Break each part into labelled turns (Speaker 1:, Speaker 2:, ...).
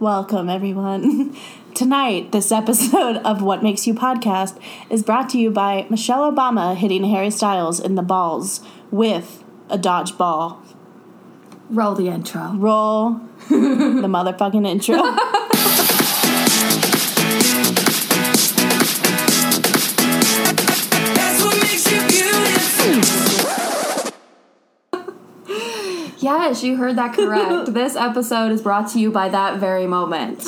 Speaker 1: Welcome, everyone. Tonight, this episode of What Makes You Podcast is brought to you by Michelle Obama hitting Harry Styles in the balls with a dodgeball.
Speaker 2: Roll the intro.
Speaker 1: Roll the motherfucking intro.
Speaker 3: That's what makes you beautiful.
Speaker 2: Yes, you heard that correct. this episode is brought to you by that very moment.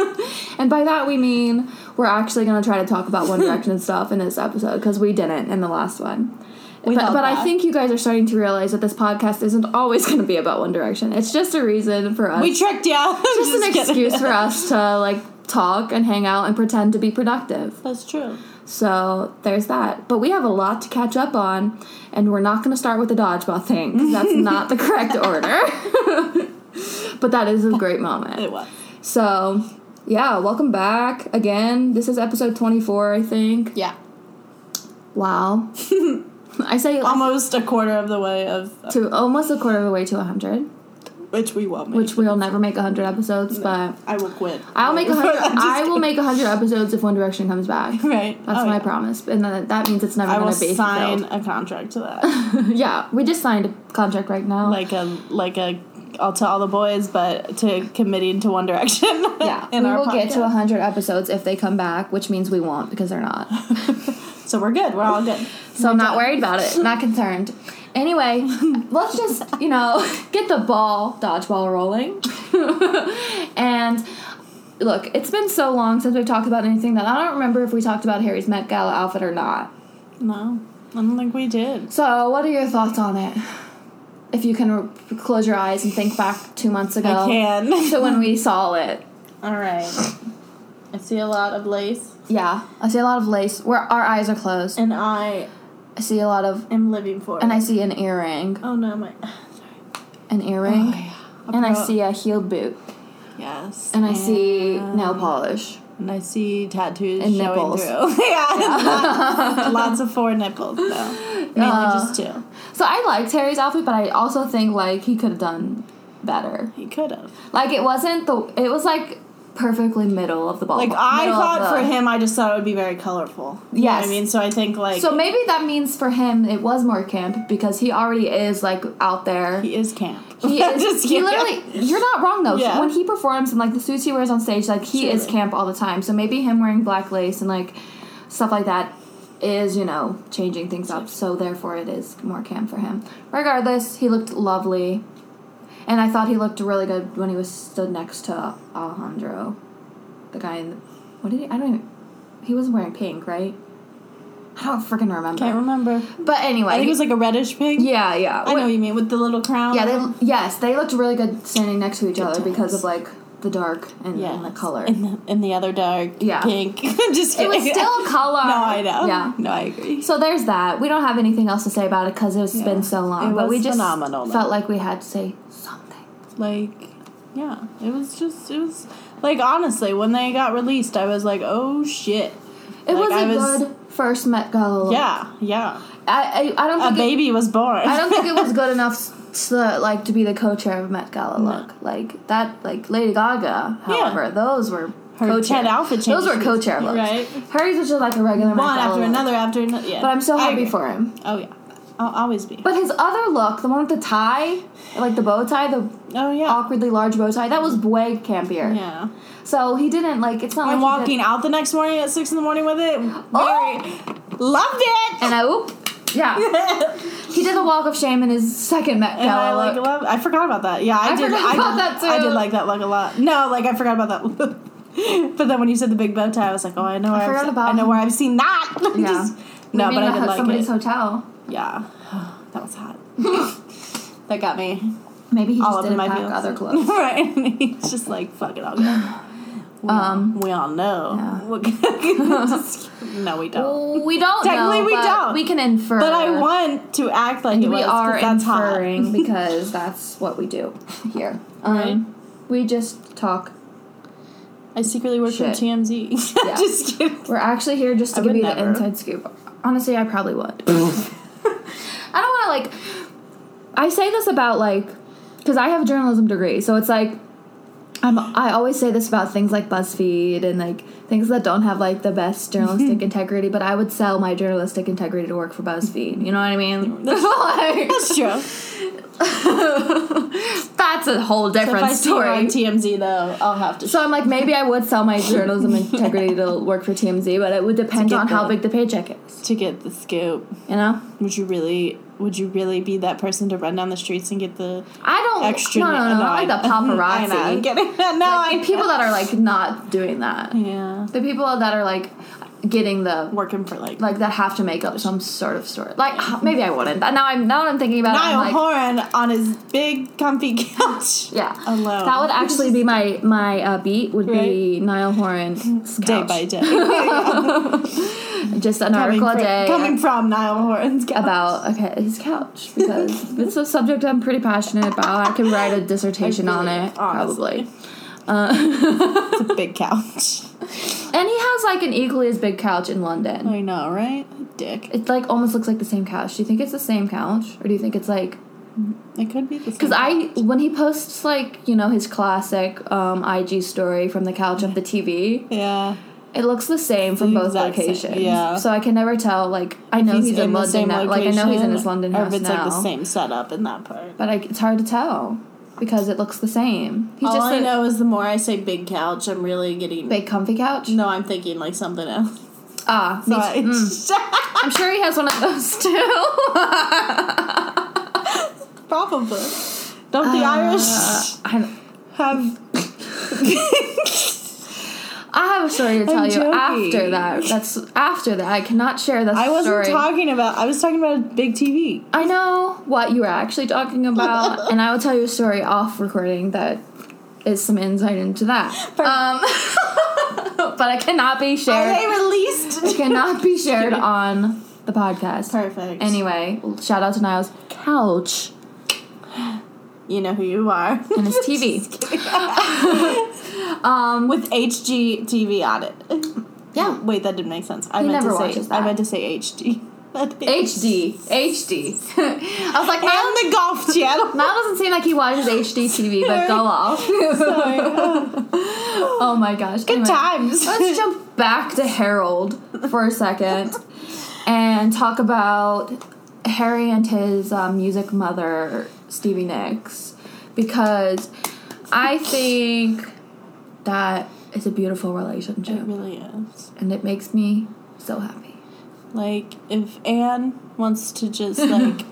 Speaker 2: and by that, we mean we're actually going to try to talk about One Direction stuff in this episode because we didn't in the last one. but
Speaker 1: felt
Speaker 2: but I
Speaker 1: bad.
Speaker 2: think you guys are starting to realize that this podcast isn't always going to be about One Direction. It's just a reason for us.
Speaker 1: We tricked ya.
Speaker 2: just an
Speaker 1: kidding.
Speaker 2: excuse for us to like talk and hang out and pretend to be productive.
Speaker 1: That's true.
Speaker 2: So there's that. But we have a lot to catch up on, and we're not going to start with the dodgeball thing 'cause that's not the correct order. but that is a
Speaker 1: It
Speaker 2: great moment.
Speaker 1: was.
Speaker 2: So, yeah, welcome back again. This is episode 24, I think.
Speaker 1: Yeah.
Speaker 2: Wow. I say
Speaker 1: Almost a quarter of the way of
Speaker 2: to almost a quarter of the way to 100,
Speaker 1: which we won't make.
Speaker 2: which we'll never make 100 episodes, but
Speaker 1: I will quit.
Speaker 2: I'll make 100
Speaker 1: I'm just
Speaker 2: I will make 100 episodes if One Direction comes back.
Speaker 1: Right.
Speaker 2: That's
Speaker 1: Oh,
Speaker 2: my
Speaker 1: yeah.
Speaker 2: promise. And then that means it's never
Speaker 1: I will
Speaker 2: going to be
Speaker 1: sign
Speaker 2: fulfilled.
Speaker 1: a contract to that,
Speaker 2: Yeah, we just signed a contract right now.
Speaker 1: like a like a all to all the boys, but to committing to One Direction.
Speaker 2: yeah,
Speaker 1: in
Speaker 2: we
Speaker 1: our
Speaker 2: will get to
Speaker 1: podcast.
Speaker 2: 100 episodes if they come back, which means we won't because they're not.
Speaker 1: So we're good. We're all good.
Speaker 2: So I'm not worried about it. Not concerned. Anyway, let's just you know get the ball dodgeball rolling. and look, it's been so long since we've talked about anything that I don't remember if we talked about Harry's Met Gala outfit or not.
Speaker 1: No, I don't think we did.
Speaker 2: So, what are your thoughts on it? If you can re- close your eyes and think back two months ago
Speaker 1: I can.
Speaker 2: to when we saw it.
Speaker 1: all right. I see a lot of lace,
Speaker 2: Yeah, I see a lot of lace where our eyes are closed.
Speaker 1: and I
Speaker 2: I see a lot of,
Speaker 1: am living for it.
Speaker 2: and I see an earring,
Speaker 1: oh no, my.
Speaker 2: an
Speaker 1: Oh,
Speaker 2: earring, and I see a heeled boot,
Speaker 1: Yes.
Speaker 2: and I see nail polish.
Speaker 1: And I see tattoos
Speaker 2: And
Speaker 1: showing
Speaker 2: nipples.
Speaker 1: through. yeah, Lots, lots of four nipples though. Mainly
Speaker 2: Uh.
Speaker 1: just two.
Speaker 2: So I liked Harry's outfit, but I also think like he could have done better.
Speaker 1: He could have.
Speaker 2: Like it wasn't the, it was like perfectly middle of the ball.
Speaker 1: Like I
Speaker 2: Oh, middle of
Speaker 1: thought for
Speaker 2: the-
Speaker 1: him, I just thought it would be very colorful. You know what
Speaker 2: Yes.
Speaker 1: I mean, so I think like
Speaker 2: So maybe that means for him it was more camp because he already is like out there.
Speaker 1: he is camp.
Speaker 2: He is.
Speaker 1: Just
Speaker 2: he
Speaker 1: kidding.
Speaker 2: literally. You're not wrong though.
Speaker 1: Yeah.
Speaker 2: When he performs and like the suits he wears on stage, like he is
Speaker 1: Truly.
Speaker 2: camp all the time. So maybe him wearing black lace and like stuff like that is you know changing things up. So therefore, it is more camp for him. Regardless, he looked lovely, and I thought he looked really good when he was stood next to Alejandro, the guy in. The, what did he? I don't. even... He was wearing pink, right? I don't freaking remember.
Speaker 1: Can't remember.
Speaker 2: But anyway,
Speaker 1: I think it was like a reddish pig.
Speaker 2: yeah, yeah.
Speaker 1: I know what you mean with the little crown.
Speaker 2: Yeah, they yes, they looked really good standing next to each other because
Speaker 1: times.
Speaker 2: of like the dark and,
Speaker 1: yeah,
Speaker 2: and the color.
Speaker 1: in the, in the other dark.
Speaker 2: Yeah.
Speaker 1: pink. just
Speaker 2: it
Speaker 1: kidding.
Speaker 2: was still color.
Speaker 1: no, I know.
Speaker 2: Yeah.
Speaker 1: no, I agree.
Speaker 2: So there's that. We don't have anything else to say about it because it's been so long.
Speaker 1: It
Speaker 2: but we
Speaker 1: was
Speaker 2: just
Speaker 1: phenomenal, though.
Speaker 2: felt like we had to say something.
Speaker 1: Like, yeah, it was just it was like honestly when they got released, I was like, oh shit.
Speaker 2: It
Speaker 1: Like,
Speaker 2: was
Speaker 1: I
Speaker 2: a
Speaker 1: was-
Speaker 2: good first Met Gala. look.
Speaker 1: Yeah, yeah.
Speaker 2: I, I, I don't
Speaker 1: A
Speaker 2: think it-
Speaker 1: baby was born.
Speaker 2: I don't think it was good enough s- to like to be the co-chair of Met Gala. Look, like that, like Lady Gaga. However, those were
Speaker 1: Her
Speaker 2: co-chair
Speaker 1: ten outfit
Speaker 2: Those were
Speaker 1: changes.
Speaker 2: co-chair looks.
Speaker 1: Right.
Speaker 2: Hers was just like a regular Met
Speaker 1: one
Speaker 2: Gala
Speaker 1: after
Speaker 2: look.
Speaker 1: another after another. Yeah.
Speaker 2: But I'm so
Speaker 1: I
Speaker 2: happy
Speaker 1: agree.
Speaker 2: for him.
Speaker 1: Oh yeah, I'll always be.
Speaker 2: But his other look, the one with the tie, like the bow tie, the
Speaker 1: oh yeah.
Speaker 2: awkwardly large bow tie, that was way campier.
Speaker 1: Yeah.
Speaker 2: So he didn't like. It's not
Speaker 1: I'm
Speaker 2: like he
Speaker 1: walking
Speaker 2: did-
Speaker 1: out the next morning at six in the morning with it. Very
Speaker 2: Oh!
Speaker 1: loved it.
Speaker 2: and I oop. Yeah, he did the walk of shame in his second Met
Speaker 1: And I
Speaker 2: Gala
Speaker 1: like
Speaker 2: look.
Speaker 1: love. I forgot about that. Yeah, I,
Speaker 2: I
Speaker 1: did.
Speaker 2: forgot
Speaker 1: I
Speaker 2: about
Speaker 1: did,
Speaker 2: that, too.
Speaker 1: I did like that look a lot. No, like I forgot about that. look. but then when you said the big bow tie, I was like, oh, I know. Where I
Speaker 2: forgot
Speaker 1: have
Speaker 2: about
Speaker 1: I know
Speaker 2: him.
Speaker 1: where I've seen that.
Speaker 2: Yeah.
Speaker 1: Just- no,
Speaker 2: Leaving
Speaker 1: but I
Speaker 2: the
Speaker 1: did
Speaker 2: ho-
Speaker 1: like
Speaker 2: somebody's
Speaker 1: it.
Speaker 2: hotel.
Speaker 1: Yeah, that was hot. that got me
Speaker 2: Maybe he
Speaker 1: all
Speaker 2: just
Speaker 1: up in
Speaker 2: didn't
Speaker 1: my
Speaker 2: pack
Speaker 1: feelings.
Speaker 2: other clothes.
Speaker 1: right? And he's just like, fuck it, I'll go. We,
Speaker 2: Um,
Speaker 1: we all know.
Speaker 2: yeah.
Speaker 1: We're gonna- just- no, we don't.
Speaker 2: we don't.
Speaker 1: Technically,
Speaker 2: know,
Speaker 1: we
Speaker 2: but
Speaker 1: don't.
Speaker 2: We can infer.
Speaker 1: But I want to act like it
Speaker 2: we
Speaker 1: was
Speaker 2: are
Speaker 1: because that's hot.
Speaker 2: inferring because that's what we do here. Um,
Speaker 1: Right.
Speaker 2: We just talk
Speaker 1: I secretly work
Speaker 2: Shit.
Speaker 1: for TMZ.
Speaker 2: Yeah.
Speaker 1: Just kidding.
Speaker 2: We're actually here just to
Speaker 1: I
Speaker 2: give
Speaker 1: would
Speaker 2: you the
Speaker 1: never.
Speaker 2: inside scoop. Honestly, I probably would. I don't want to like. I say this about like, because I have a journalism degree, so it's like, I'm, I always say this about things like BuzzFeed and like things that don't have like the best journalistic integrity, but I would sell my journalistic integrity to work for BuzzFeed. You know what I mean? Like,
Speaker 1: That's true.
Speaker 2: that's a whole
Speaker 1: If
Speaker 2: different
Speaker 1: I see her on
Speaker 2: story.
Speaker 1: TMZ though, I'll have to.
Speaker 2: So I'm like, maybe I would sell my journalism integrity to work for TMZ, but it would depend
Speaker 1: good
Speaker 2: on how
Speaker 1: one.
Speaker 2: big the paycheck is.
Speaker 1: to get the scoop.
Speaker 2: You know,
Speaker 1: Would you really? Would you really be that person to run down the streets and get the
Speaker 2: I don't.
Speaker 1: extra?
Speaker 2: Oh, no, no, no, not like the
Speaker 1: annoying- I
Speaker 2: paparazzi.
Speaker 1: know, I'm kidding. No,
Speaker 2: Like,
Speaker 1: I
Speaker 2: and people that are like not doing that.
Speaker 1: yeah,
Speaker 2: The people that are like getting the
Speaker 1: working for like
Speaker 2: like that have to make up some sort of story. Like h- maybe I wouldn't. But Now I'm now that I'm thinking about it.
Speaker 1: Niall
Speaker 2: I'm Um, like,
Speaker 1: Horan on his big comfy couch.
Speaker 2: yeah,
Speaker 1: alone.
Speaker 2: That would actually be my my uh, beat would be
Speaker 1: Right.
Speaker 2: Niall Horan's
Speaker 1: Day
Speaker 2: couch.
Speaker 1: by day,
Speaker 2: Just an
Speaker 1: coming,
Speaker 2: article a
Speaker 1: from,
Speaker 2: day
Speaker 1: coming from Niall Horan's couch.
Speaker 2: about okay his couch because it's a subject I'm pretty passionate about. I could write a dissertation on
Speaker 1: really-
Speaker 2: it probably.
Speaker 1: honestly. the big couch.
Speaker 2: And he has like an equally as big couch in London.
Speaker 1: I know, right? Dick.
Speaker 2: It like almost looks like the same couch. Do you think it's the same couch, or do you think it's like
Speaker 1: It could be the
Speaker 2: Because I, when he posts like you know his classic um, IG story from the couch of the TV,
Speaker 1: yeah.
Speaker 2: it looks the same from
Speaker 1: The
Speaker 2: both
Speaker 1: exact same,
Speaker 2: locations.
Speaker 1: yeah.
Speaker 2: So I can never tell. Like I know he's, in, London now. Like I know he's in his London
Speaker 1: or
Speaker 2: house
Speaker 1: if it's
Speaker 2: now.
Speaker 1: like the same setup in that part.
Speaker 2: But I, it's hard to tell because it looks the same. He's
Speaker 1: All
Speaker 2: just
Speaker 1: I
Speaker 2: like,
Speaker 1: know is the more I say big couch, I'm really getting.
Speaker 2: big comfy couch.
Speaker 1: No, I'm thinking like something else.
Speaker 2: Ah, me
Speaker 1: But-
Speaker 2: too. Mm. I'm sure he has one of those too.
Speaker 1: Probably. Don't
Speaker 2: Uh,
Speaker 1: the Irish
Speaker 2: I,
Speaker 1: have?
Speaker 2: I have a story to tell
Speaker 1: I'm
Speaker 2: you after
Speaker 1: joking.
Speaker 2: that. That's after that. I cannot share that
Speaker 1: I wasn't
Speaker 2: story.
Speaker 1: talking about. I was talking about a big TV.
Speaker 2: I know what you were actually talking about, and I will tell you a story off recording that is some insight into that. Um, but I cannot be
Speaker 1: Are they
Speaker 2: shared.
Speaker 1: released?
Speaker 2: Cannot be shared on the podcast.
Speaker 1: Perfect.
Speaker 2: Anyway, shout out to Niles Couch
Speaker 1: you know who you are.
Speaker 2: and his TV.
Speaker 1: Um, With HGTV on it.
Speaker 2: Yeah.
Speaker 1: Wait, that didn't make sense. I
Speaker 2: He
Speaker 1: meant
Speaker 2: never
Speaker 1: to say.
Speaker 2: watches that.
Speaker 1: I meant to say HD. That is-
Speaker 2: HD. HD. I was like, Niles,
Speaker 1: And the golf channel.
Speaker 2: Niles doesn't seem like he watches HD TV, but go off. oh my gosh. Good
Speaker 1: Times.
Speaker 2: Let's jump back to Harold for a second and talk about Harry and his um, music mother, Stevie Nicks, because I think that is a beautiful
Speaker 1: It
Speaker 2: relationship
Speaker 1: really is.
Speaker 2: and it makes me so happy.
Speaker 1: Like, if Anne wants to just like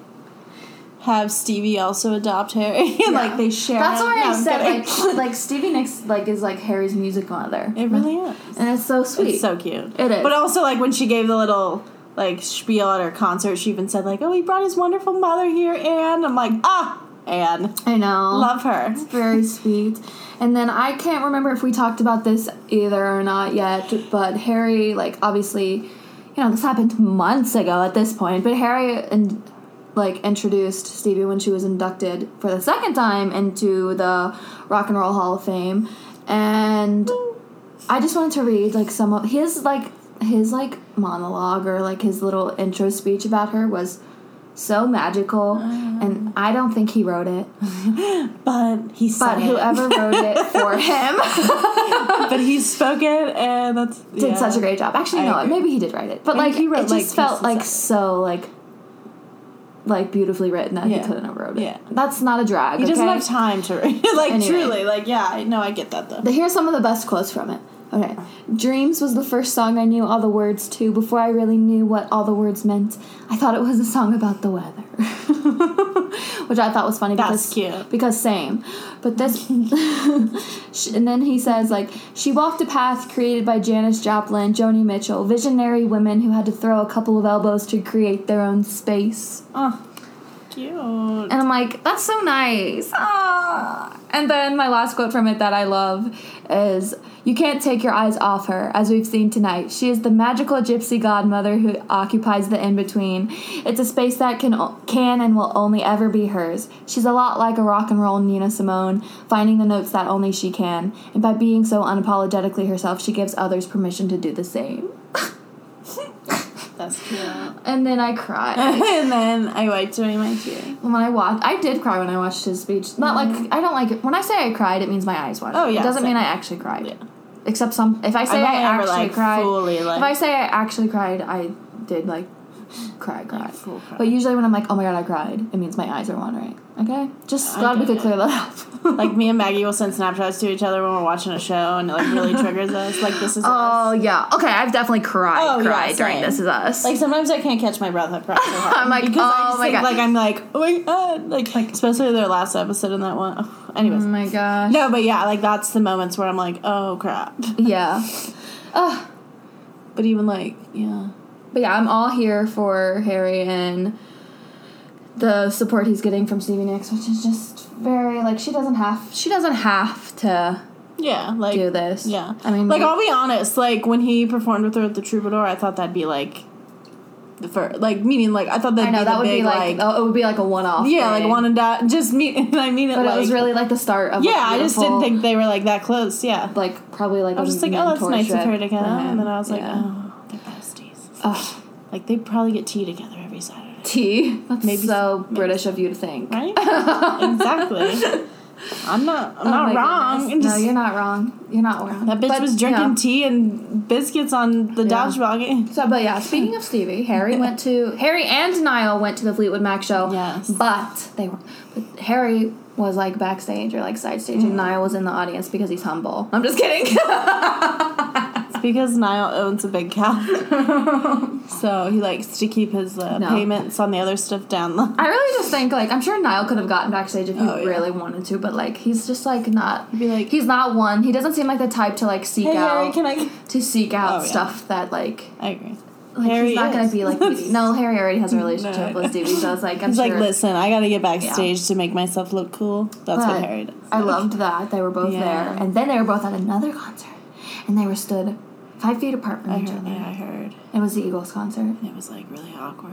Speaker 1: have Stevie also adopt Harry, and like they share.
Speaker 2: That's
Speaker 1: him-
Speaker 2: why
Speaker 1: No,
Speaker 2: I
Speaker 1: I'm
Speaker 2: said
Speaker 1: kidding.
Speaker 2: like, like Stevie Nicks like is like Harry's music mother.
Speaker 1: It really is.
Speaker 2: and it's so sweet.
Speaker 1: It's so cute.
Speaker 2: It is.
Speaker 1: But also, like when she gave the little like spiel at her concert, she even said like, "Oh, he brought his wonderful mother here," Anne. I'm like, ah, Anne,
Speaker 2: I know.
Speaker 1: love her.
Speaker 2: very sweet. And then I can't remember if we talked about this either or not yet, but Harry, like, obviously, you know, this happened months ago at this point, but Harry and like introduced Stevie when she was inducted for the second time into the Rock and Roll Hall of Fame. And I just wanted to read like some of his like his like monologue or like his little intro speech about her was so magical and I don't think he wrote it.
Speaker 1: But he said
Speaker 2: But whoever wrote it for him
Speaker 1: it. but he spoke it, and that's
Speaker 2: did such a great job. Actually,
Speaker 1: I
Speaker 2: no,
Speaker 1: agree.
Speaker 2: maybe he did write it, but
Speaker 1: Maybe
Speaker 2: like
Speaker 1: he wrote,
Speaker 2: it
Speaker 1: like,
Speaker 2: just felt
Speaker 1: pieces
Speaker 2: like
Speaker 1: of it.
Speaker 2: so like like beautifully written that
Speaker 1: Yeah.
Speaker 2: he couldn't have wrote it.
Speaker 1: Yeah.
Speaker 2: That's not a drag.
Speaker 1: He doesn't
Speaker 2: okay?
Speaker 1: have time to read. like
Speaker 2: Anyway.
Speaker 1: truly, like yeah, I know I get that though.
Speaker 2: But here's some of the best quotes from it. Okay. Dreams was the first song I knew all the words to before I really knew what all the words meant. I thought it was a song about the weather. Which I thought was funny
Speaker 1: That's
Speaker 2: because
Speaker 1: cute.
Speaker 2: because same. But this sh- and then he says like she walked a path created by Janis Joplin, Joni Mitchell, visionary women who had to throw a couple of elbows to create their own space.
Speaker 1: Oh, cute.
Speaker 2: And I'm like, that's so nice. Ah. And then my last quote from it that I love is You can't take your eyes off her, as we've seen tonight. She is the magical gypsy godmother who occupies the in between. It's a space that can, o- can and will only ever be hers. She's a lot like a rock and roll Nina Simone, finding the notes that only she can. And by being so unapologetically herself, she gives others permission to do the same.
Speaker 1: That's cute.
Speaker 2: And then I cried.
Speaker 1: and then I wiped away my tear.
Speaker 2: when I watched, I did cry when I watched his speech. Not like I don't like it. When I say I cried, it means my eyes watered.
Speaker 1: Oh, yeah,
Speaker 2: it doesn't
Speaker 1: same.
Speaker 2: mean I actually cried. Except some. If I say
Speaker 1: I've
Speaker 2: I
Speaker 1: only ever,
Speaker 2: actually
Speaker 1: like,
Speaker 2: cried,
Speaker 1: fully, like-
Speaker 2: if I say I actually cried, I did like cry, cry.
Speaker 1: full cry.
Speaker 2: But usually when I'm like, oh my god, I cried, it means my eyes are watering. Okay, just
Speaker 1: I
Speaker 2: glad we
Speaker 1: get
Speaker 2: could
Speaker 1: it.
Speaker 2: clear that up.
Speaker 1: Like me and Maggie will send Snapchats to each other when we're watching a show, and it like really triggers us. Like this is us.
Speaker 2: Oh yeah. Okay, I've definitely cried,
Speaker 1: Oh, yeah,
Speaker 2: cried during
Speaker 1: same.
Speaker 2: This Is Us.
Speaker 1: Like sometimes I can't catch my breath. I cry so hard.
Speaker 2: I'm like,
Speaker 1: because I
Speaker 2: oh
Speaker 1: just
Speaker 2: my
Speaker 1: think,
Speaker 2: God.
Speaker 1: Like I'm like, oh my god. Like, especially their last episode in that one. Anyways,
Speaker 2: oh my gosh.
Speaker 1: no, but yeah, like that's the moments where I'm like, oh crap.
Speaker 2: Yeah. Ugh.
Speaker 1: But even like, yeah,
Speaker 2: But yeah, I'm all here for Harry and the support he's getting from Stevie Nicks, which is just very like she doesn't have she doesn't have to
Speaker 1: yeah, like
Speaker 2: do this.
Speaker 1: Yeah,
Speaker 2: I mean
Speaker 1: like
Speaker 2: we-
Speaker 1: I'll be honest. Like when he performed with her at the Troubadour, I thought that'd be like the first, like meaning like I thought that'd
Speaker 2: I know
Speaker 1: be the
Speaker 2: that would
Speaker 1: big
Speaker 2: be
Speaker 1: like,
Speaker 2: like, oh, it would be like a one off.
Speaker 1: yeah, like one and done. Just me, and I mean it.
Speaker 2: But
Speaker 1: like,
Speaker 2: it was really like the start of a
Speaker 1: yeah. I just didn't
Speaker 2: beautiful,
Speaker 1: think they were like that close. Yeah,
Speaker 2: like probably like
Speaker 1: I was just like, oh, that's nice of her to come. And then I was like,
Speaker 2: yeah.
Speaker 1: oh, they're besties.
Speaker 2: Ugh.
Speaker 1: Like they probably get tea together every Saturday,
Speaker 2: tea. That's
Speaker 1: Maybe-
Speaker 2: so British of you to think.
Speaker 1: right? exactly. I'm not. I'm not wrong.
Speaker 2: Oh Goodness.
Speaker 1: And just-
Speaker 2: no, you're not wrong. You're not wrong.
Speaker 1: that bitch
Speaker 2: But,
Speaker 1: was drinking
Speaker 2: yeah.
Speaker 1: tea and biscuits on the
Speaker 2: Yeah.
Speaker 1: dodgeball game.
Speaker 2: So, but yeah, speaking of Stevie, Harry went to Harry and Niall went to the Fleetwood Mac show.
Speaker 1: Yes.
Speaker 2: but they were. But Harry was like backstage or like side stage,
Speaker 1: Mm.
Speaker 2: and Niall was in the audience because he's humble. I'm just kidding.
Speaker 1: It's because Niall owns a big cow, so he likes to keep his uh,
Speaker 2: No.
Speaker 1: payments on the other stuff down low.
Speaker 2: I really just think like I'm sure Niall could have gotten backstage if he
Speaker 1: Oh, yeah.
Speaker 2: really wanted to, but like he's just like not.
Speaker 1: be like-
Speaker 2: he's not one. He doesn't seem like the type to like seek
Speaker 1: Hey
Speaker 2: out
Speaker 1: Harry, can I?
Speaker 2: to seek out
Speaker 1: Oh, yeah.
Speaker 2: stuff that like.
Speaker 1: I agree.
Speaker 2: Like
Speaker 1: Harry
Speaker 2: he's not gonna
Speaker 1: is.
Speaker 2: be like Stevie. no. Harry already has a
Speaker 1: No, I
Speaker 2: relationship
Speaker 1: know.
Speaker 2: with Stevie, so it's like I'm
Speaker 1: He's
Speaker 2: sure.
Speaker 1: like, listen, I gotta get backstage to make myself look cool. That's what
Speaker 2: But
Speaker 1: Harry does.
Speaker 2: I loved that they were both
Speaker 1: Yeah.
Speaker 2: there, and then they were both at another concert, and they were stood five feet apart from
Speaker 1: I
Speaker 2: each
Speaker 1: heard.
Speaker 2: other.
Speaker 1: Uh-huh, Yeah, I heard.
Speaker 2: It was the Eagles concert.
Speaker 1: It was like really awkward.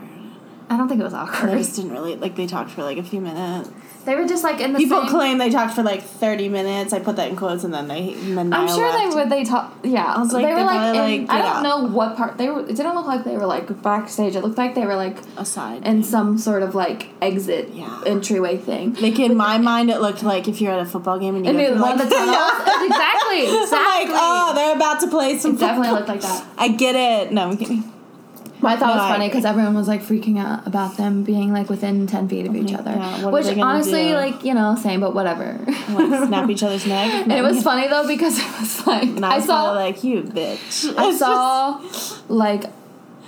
Speaker 2: I don't think it was
Speaker 1: They
Speaker 2: awkward.
Speaker 1: just didn't really like. They talked for like a few minutes.
Speaker 2: They were just like in the
Speaker 1: People
Speaker 2: same.
Speaker 1: claim they talked for like thirty minutes. I put that in quotes, and then they. And then
Speaker 2: I'm
Speaker 1: Niall
Speaker 2: sure
Speaker 1: left.
Speaker 2: they would. They talk. Yeah,
Speaker 1: was like,
Speaker 2: they were
Speaker 1: they
Speaker 2: like.
Speaker 1: probably,
Speaker 2: in,
Speaker 1: like,
Speaker 2: I
Speaker 1: get
Speaker 2: don't
Speaker 1: out.
Speaker 2: know what part they were. It didn't look like they were like backstage. It looked like they were like
Speaker 1: aside.
Speaker 2: in some sort of like exit
Speaker 1: Yeah.
Speaker 2: entryway thing.
Speaker 1: like in my mind, it looked like if you're at a football game and you
Speaker 2: And
Speaker 1: go
Speaker 2: they
Speaker 1: through, like,
Speaker 2: love the tunnels. exactly.
Speaker 1: I'm like,
Speaker 2: Exactly.
Speaker 1: oh, they're about to play some.
Speaker 2: it definitely
Speaker 1: football.
Speaker 2: looked like that.
Speaker 1: I get it. No, I'm kidding.
Speaker 2: But I thought it
Speaker 1: No, I
Speaker 2: was funny
Speaker 1: agree.
Speaker 2: because everyone was like freaking out about them being like within ten feet of each
Speaker 1: my
Speaker 2: other,
Speaker 1: God, what are
Speaker 2: which
Speaker 1: they gonna
Speaker 2: honestly,
Speaker 1: do?
Speaker 2: like you know, same, but whatever.
Speaker 1: Like, snap each other's neck.
Speaker 2: and it was funny though because it was like
Speaker 1: And I,
Speaker 2: I
Speaker 1: was
Speaker 2: saw,
Speaker 1: kinda like you, bitch.
Speaker 2: I
Speaker 1: It's
Speaker 2: saw, like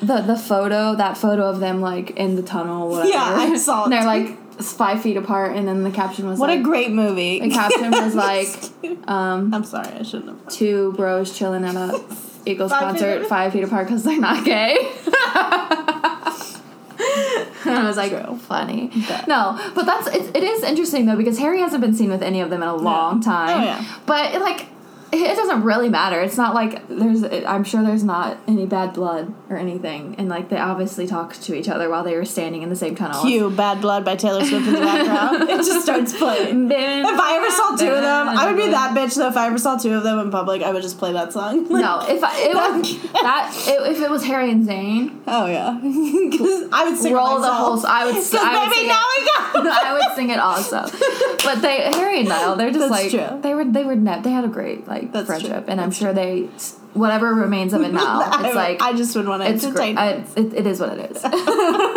Speaker 2: the the photo that photo of them like in the tunnel, whatever.
Speaker 1: Yeah, I saw
Speaker 2: And
Speaker 1: it.
Speaker 2: they're like s- five feet apart, and then the caption was
Speaker 1: What
Speaker 2: like,
Speaker 1: a great movie.
Speaker 2: the caption was like, um,
Speaker 1: I'm sorry, I shouldn't have.
Speaker 2: two bros chilling at a Eagles
Speaker 1: Five feet
Speaker 2: concert
Speaker 1: apart.
Speaker 2: five feet apart because they're not gay. and I was like,
Speaker 1: True.
Speaker 2: funny.
Speaker 1: But-
Speaker 2: No, but that's it, it is interesting though because Harry hasn't been seen with any of them in a long time.
Speaker 1: Oh, yeah.
Speaker 2: But it, like, it doesn't really matter. It's not like there's. It, I'm sure there's not any bad blood or anything. And like they obviously talked to each other while they were standing in the same tunnel.
Speaker 1: Cue Bad Blood by Taylor Swift in the background. it just starts playing. If I ever saw two of them, I would be that bitch. Though if I ever saw two of them in public, I would just play that song.
Speaker 2: No, if I, it was that it, if it was Harry and Zayn,
Speaker 1: Oh yeah, 'Cause I would sing
Speaker 2: roll the whole.
Speaker 1: myself.
Speaker 2: s- I would. s-
Speaker 1: Cause
Speaker 2: I would
Speaker 1: baby,
Speaker 2: sing
Speaker 1: now
Speaker 2: it.
Speaker 1: I got.
Speaker 2: I would sing it also, but they Harry and Niall, they're just like
Speaker 1: That's true.
Speaker 2: they were. They were ne- They had a great like
Speaker 1: That's true.
Speaker 2: friendship, and I'm sure they whatever remains of it now.
Speaker 1: I,
Speaker 2: It's like
Speaker 1: I just would want to
Speaker 2: it's great.
Speaker 1: entertain.
Speaker 2: I, it, it is what it is.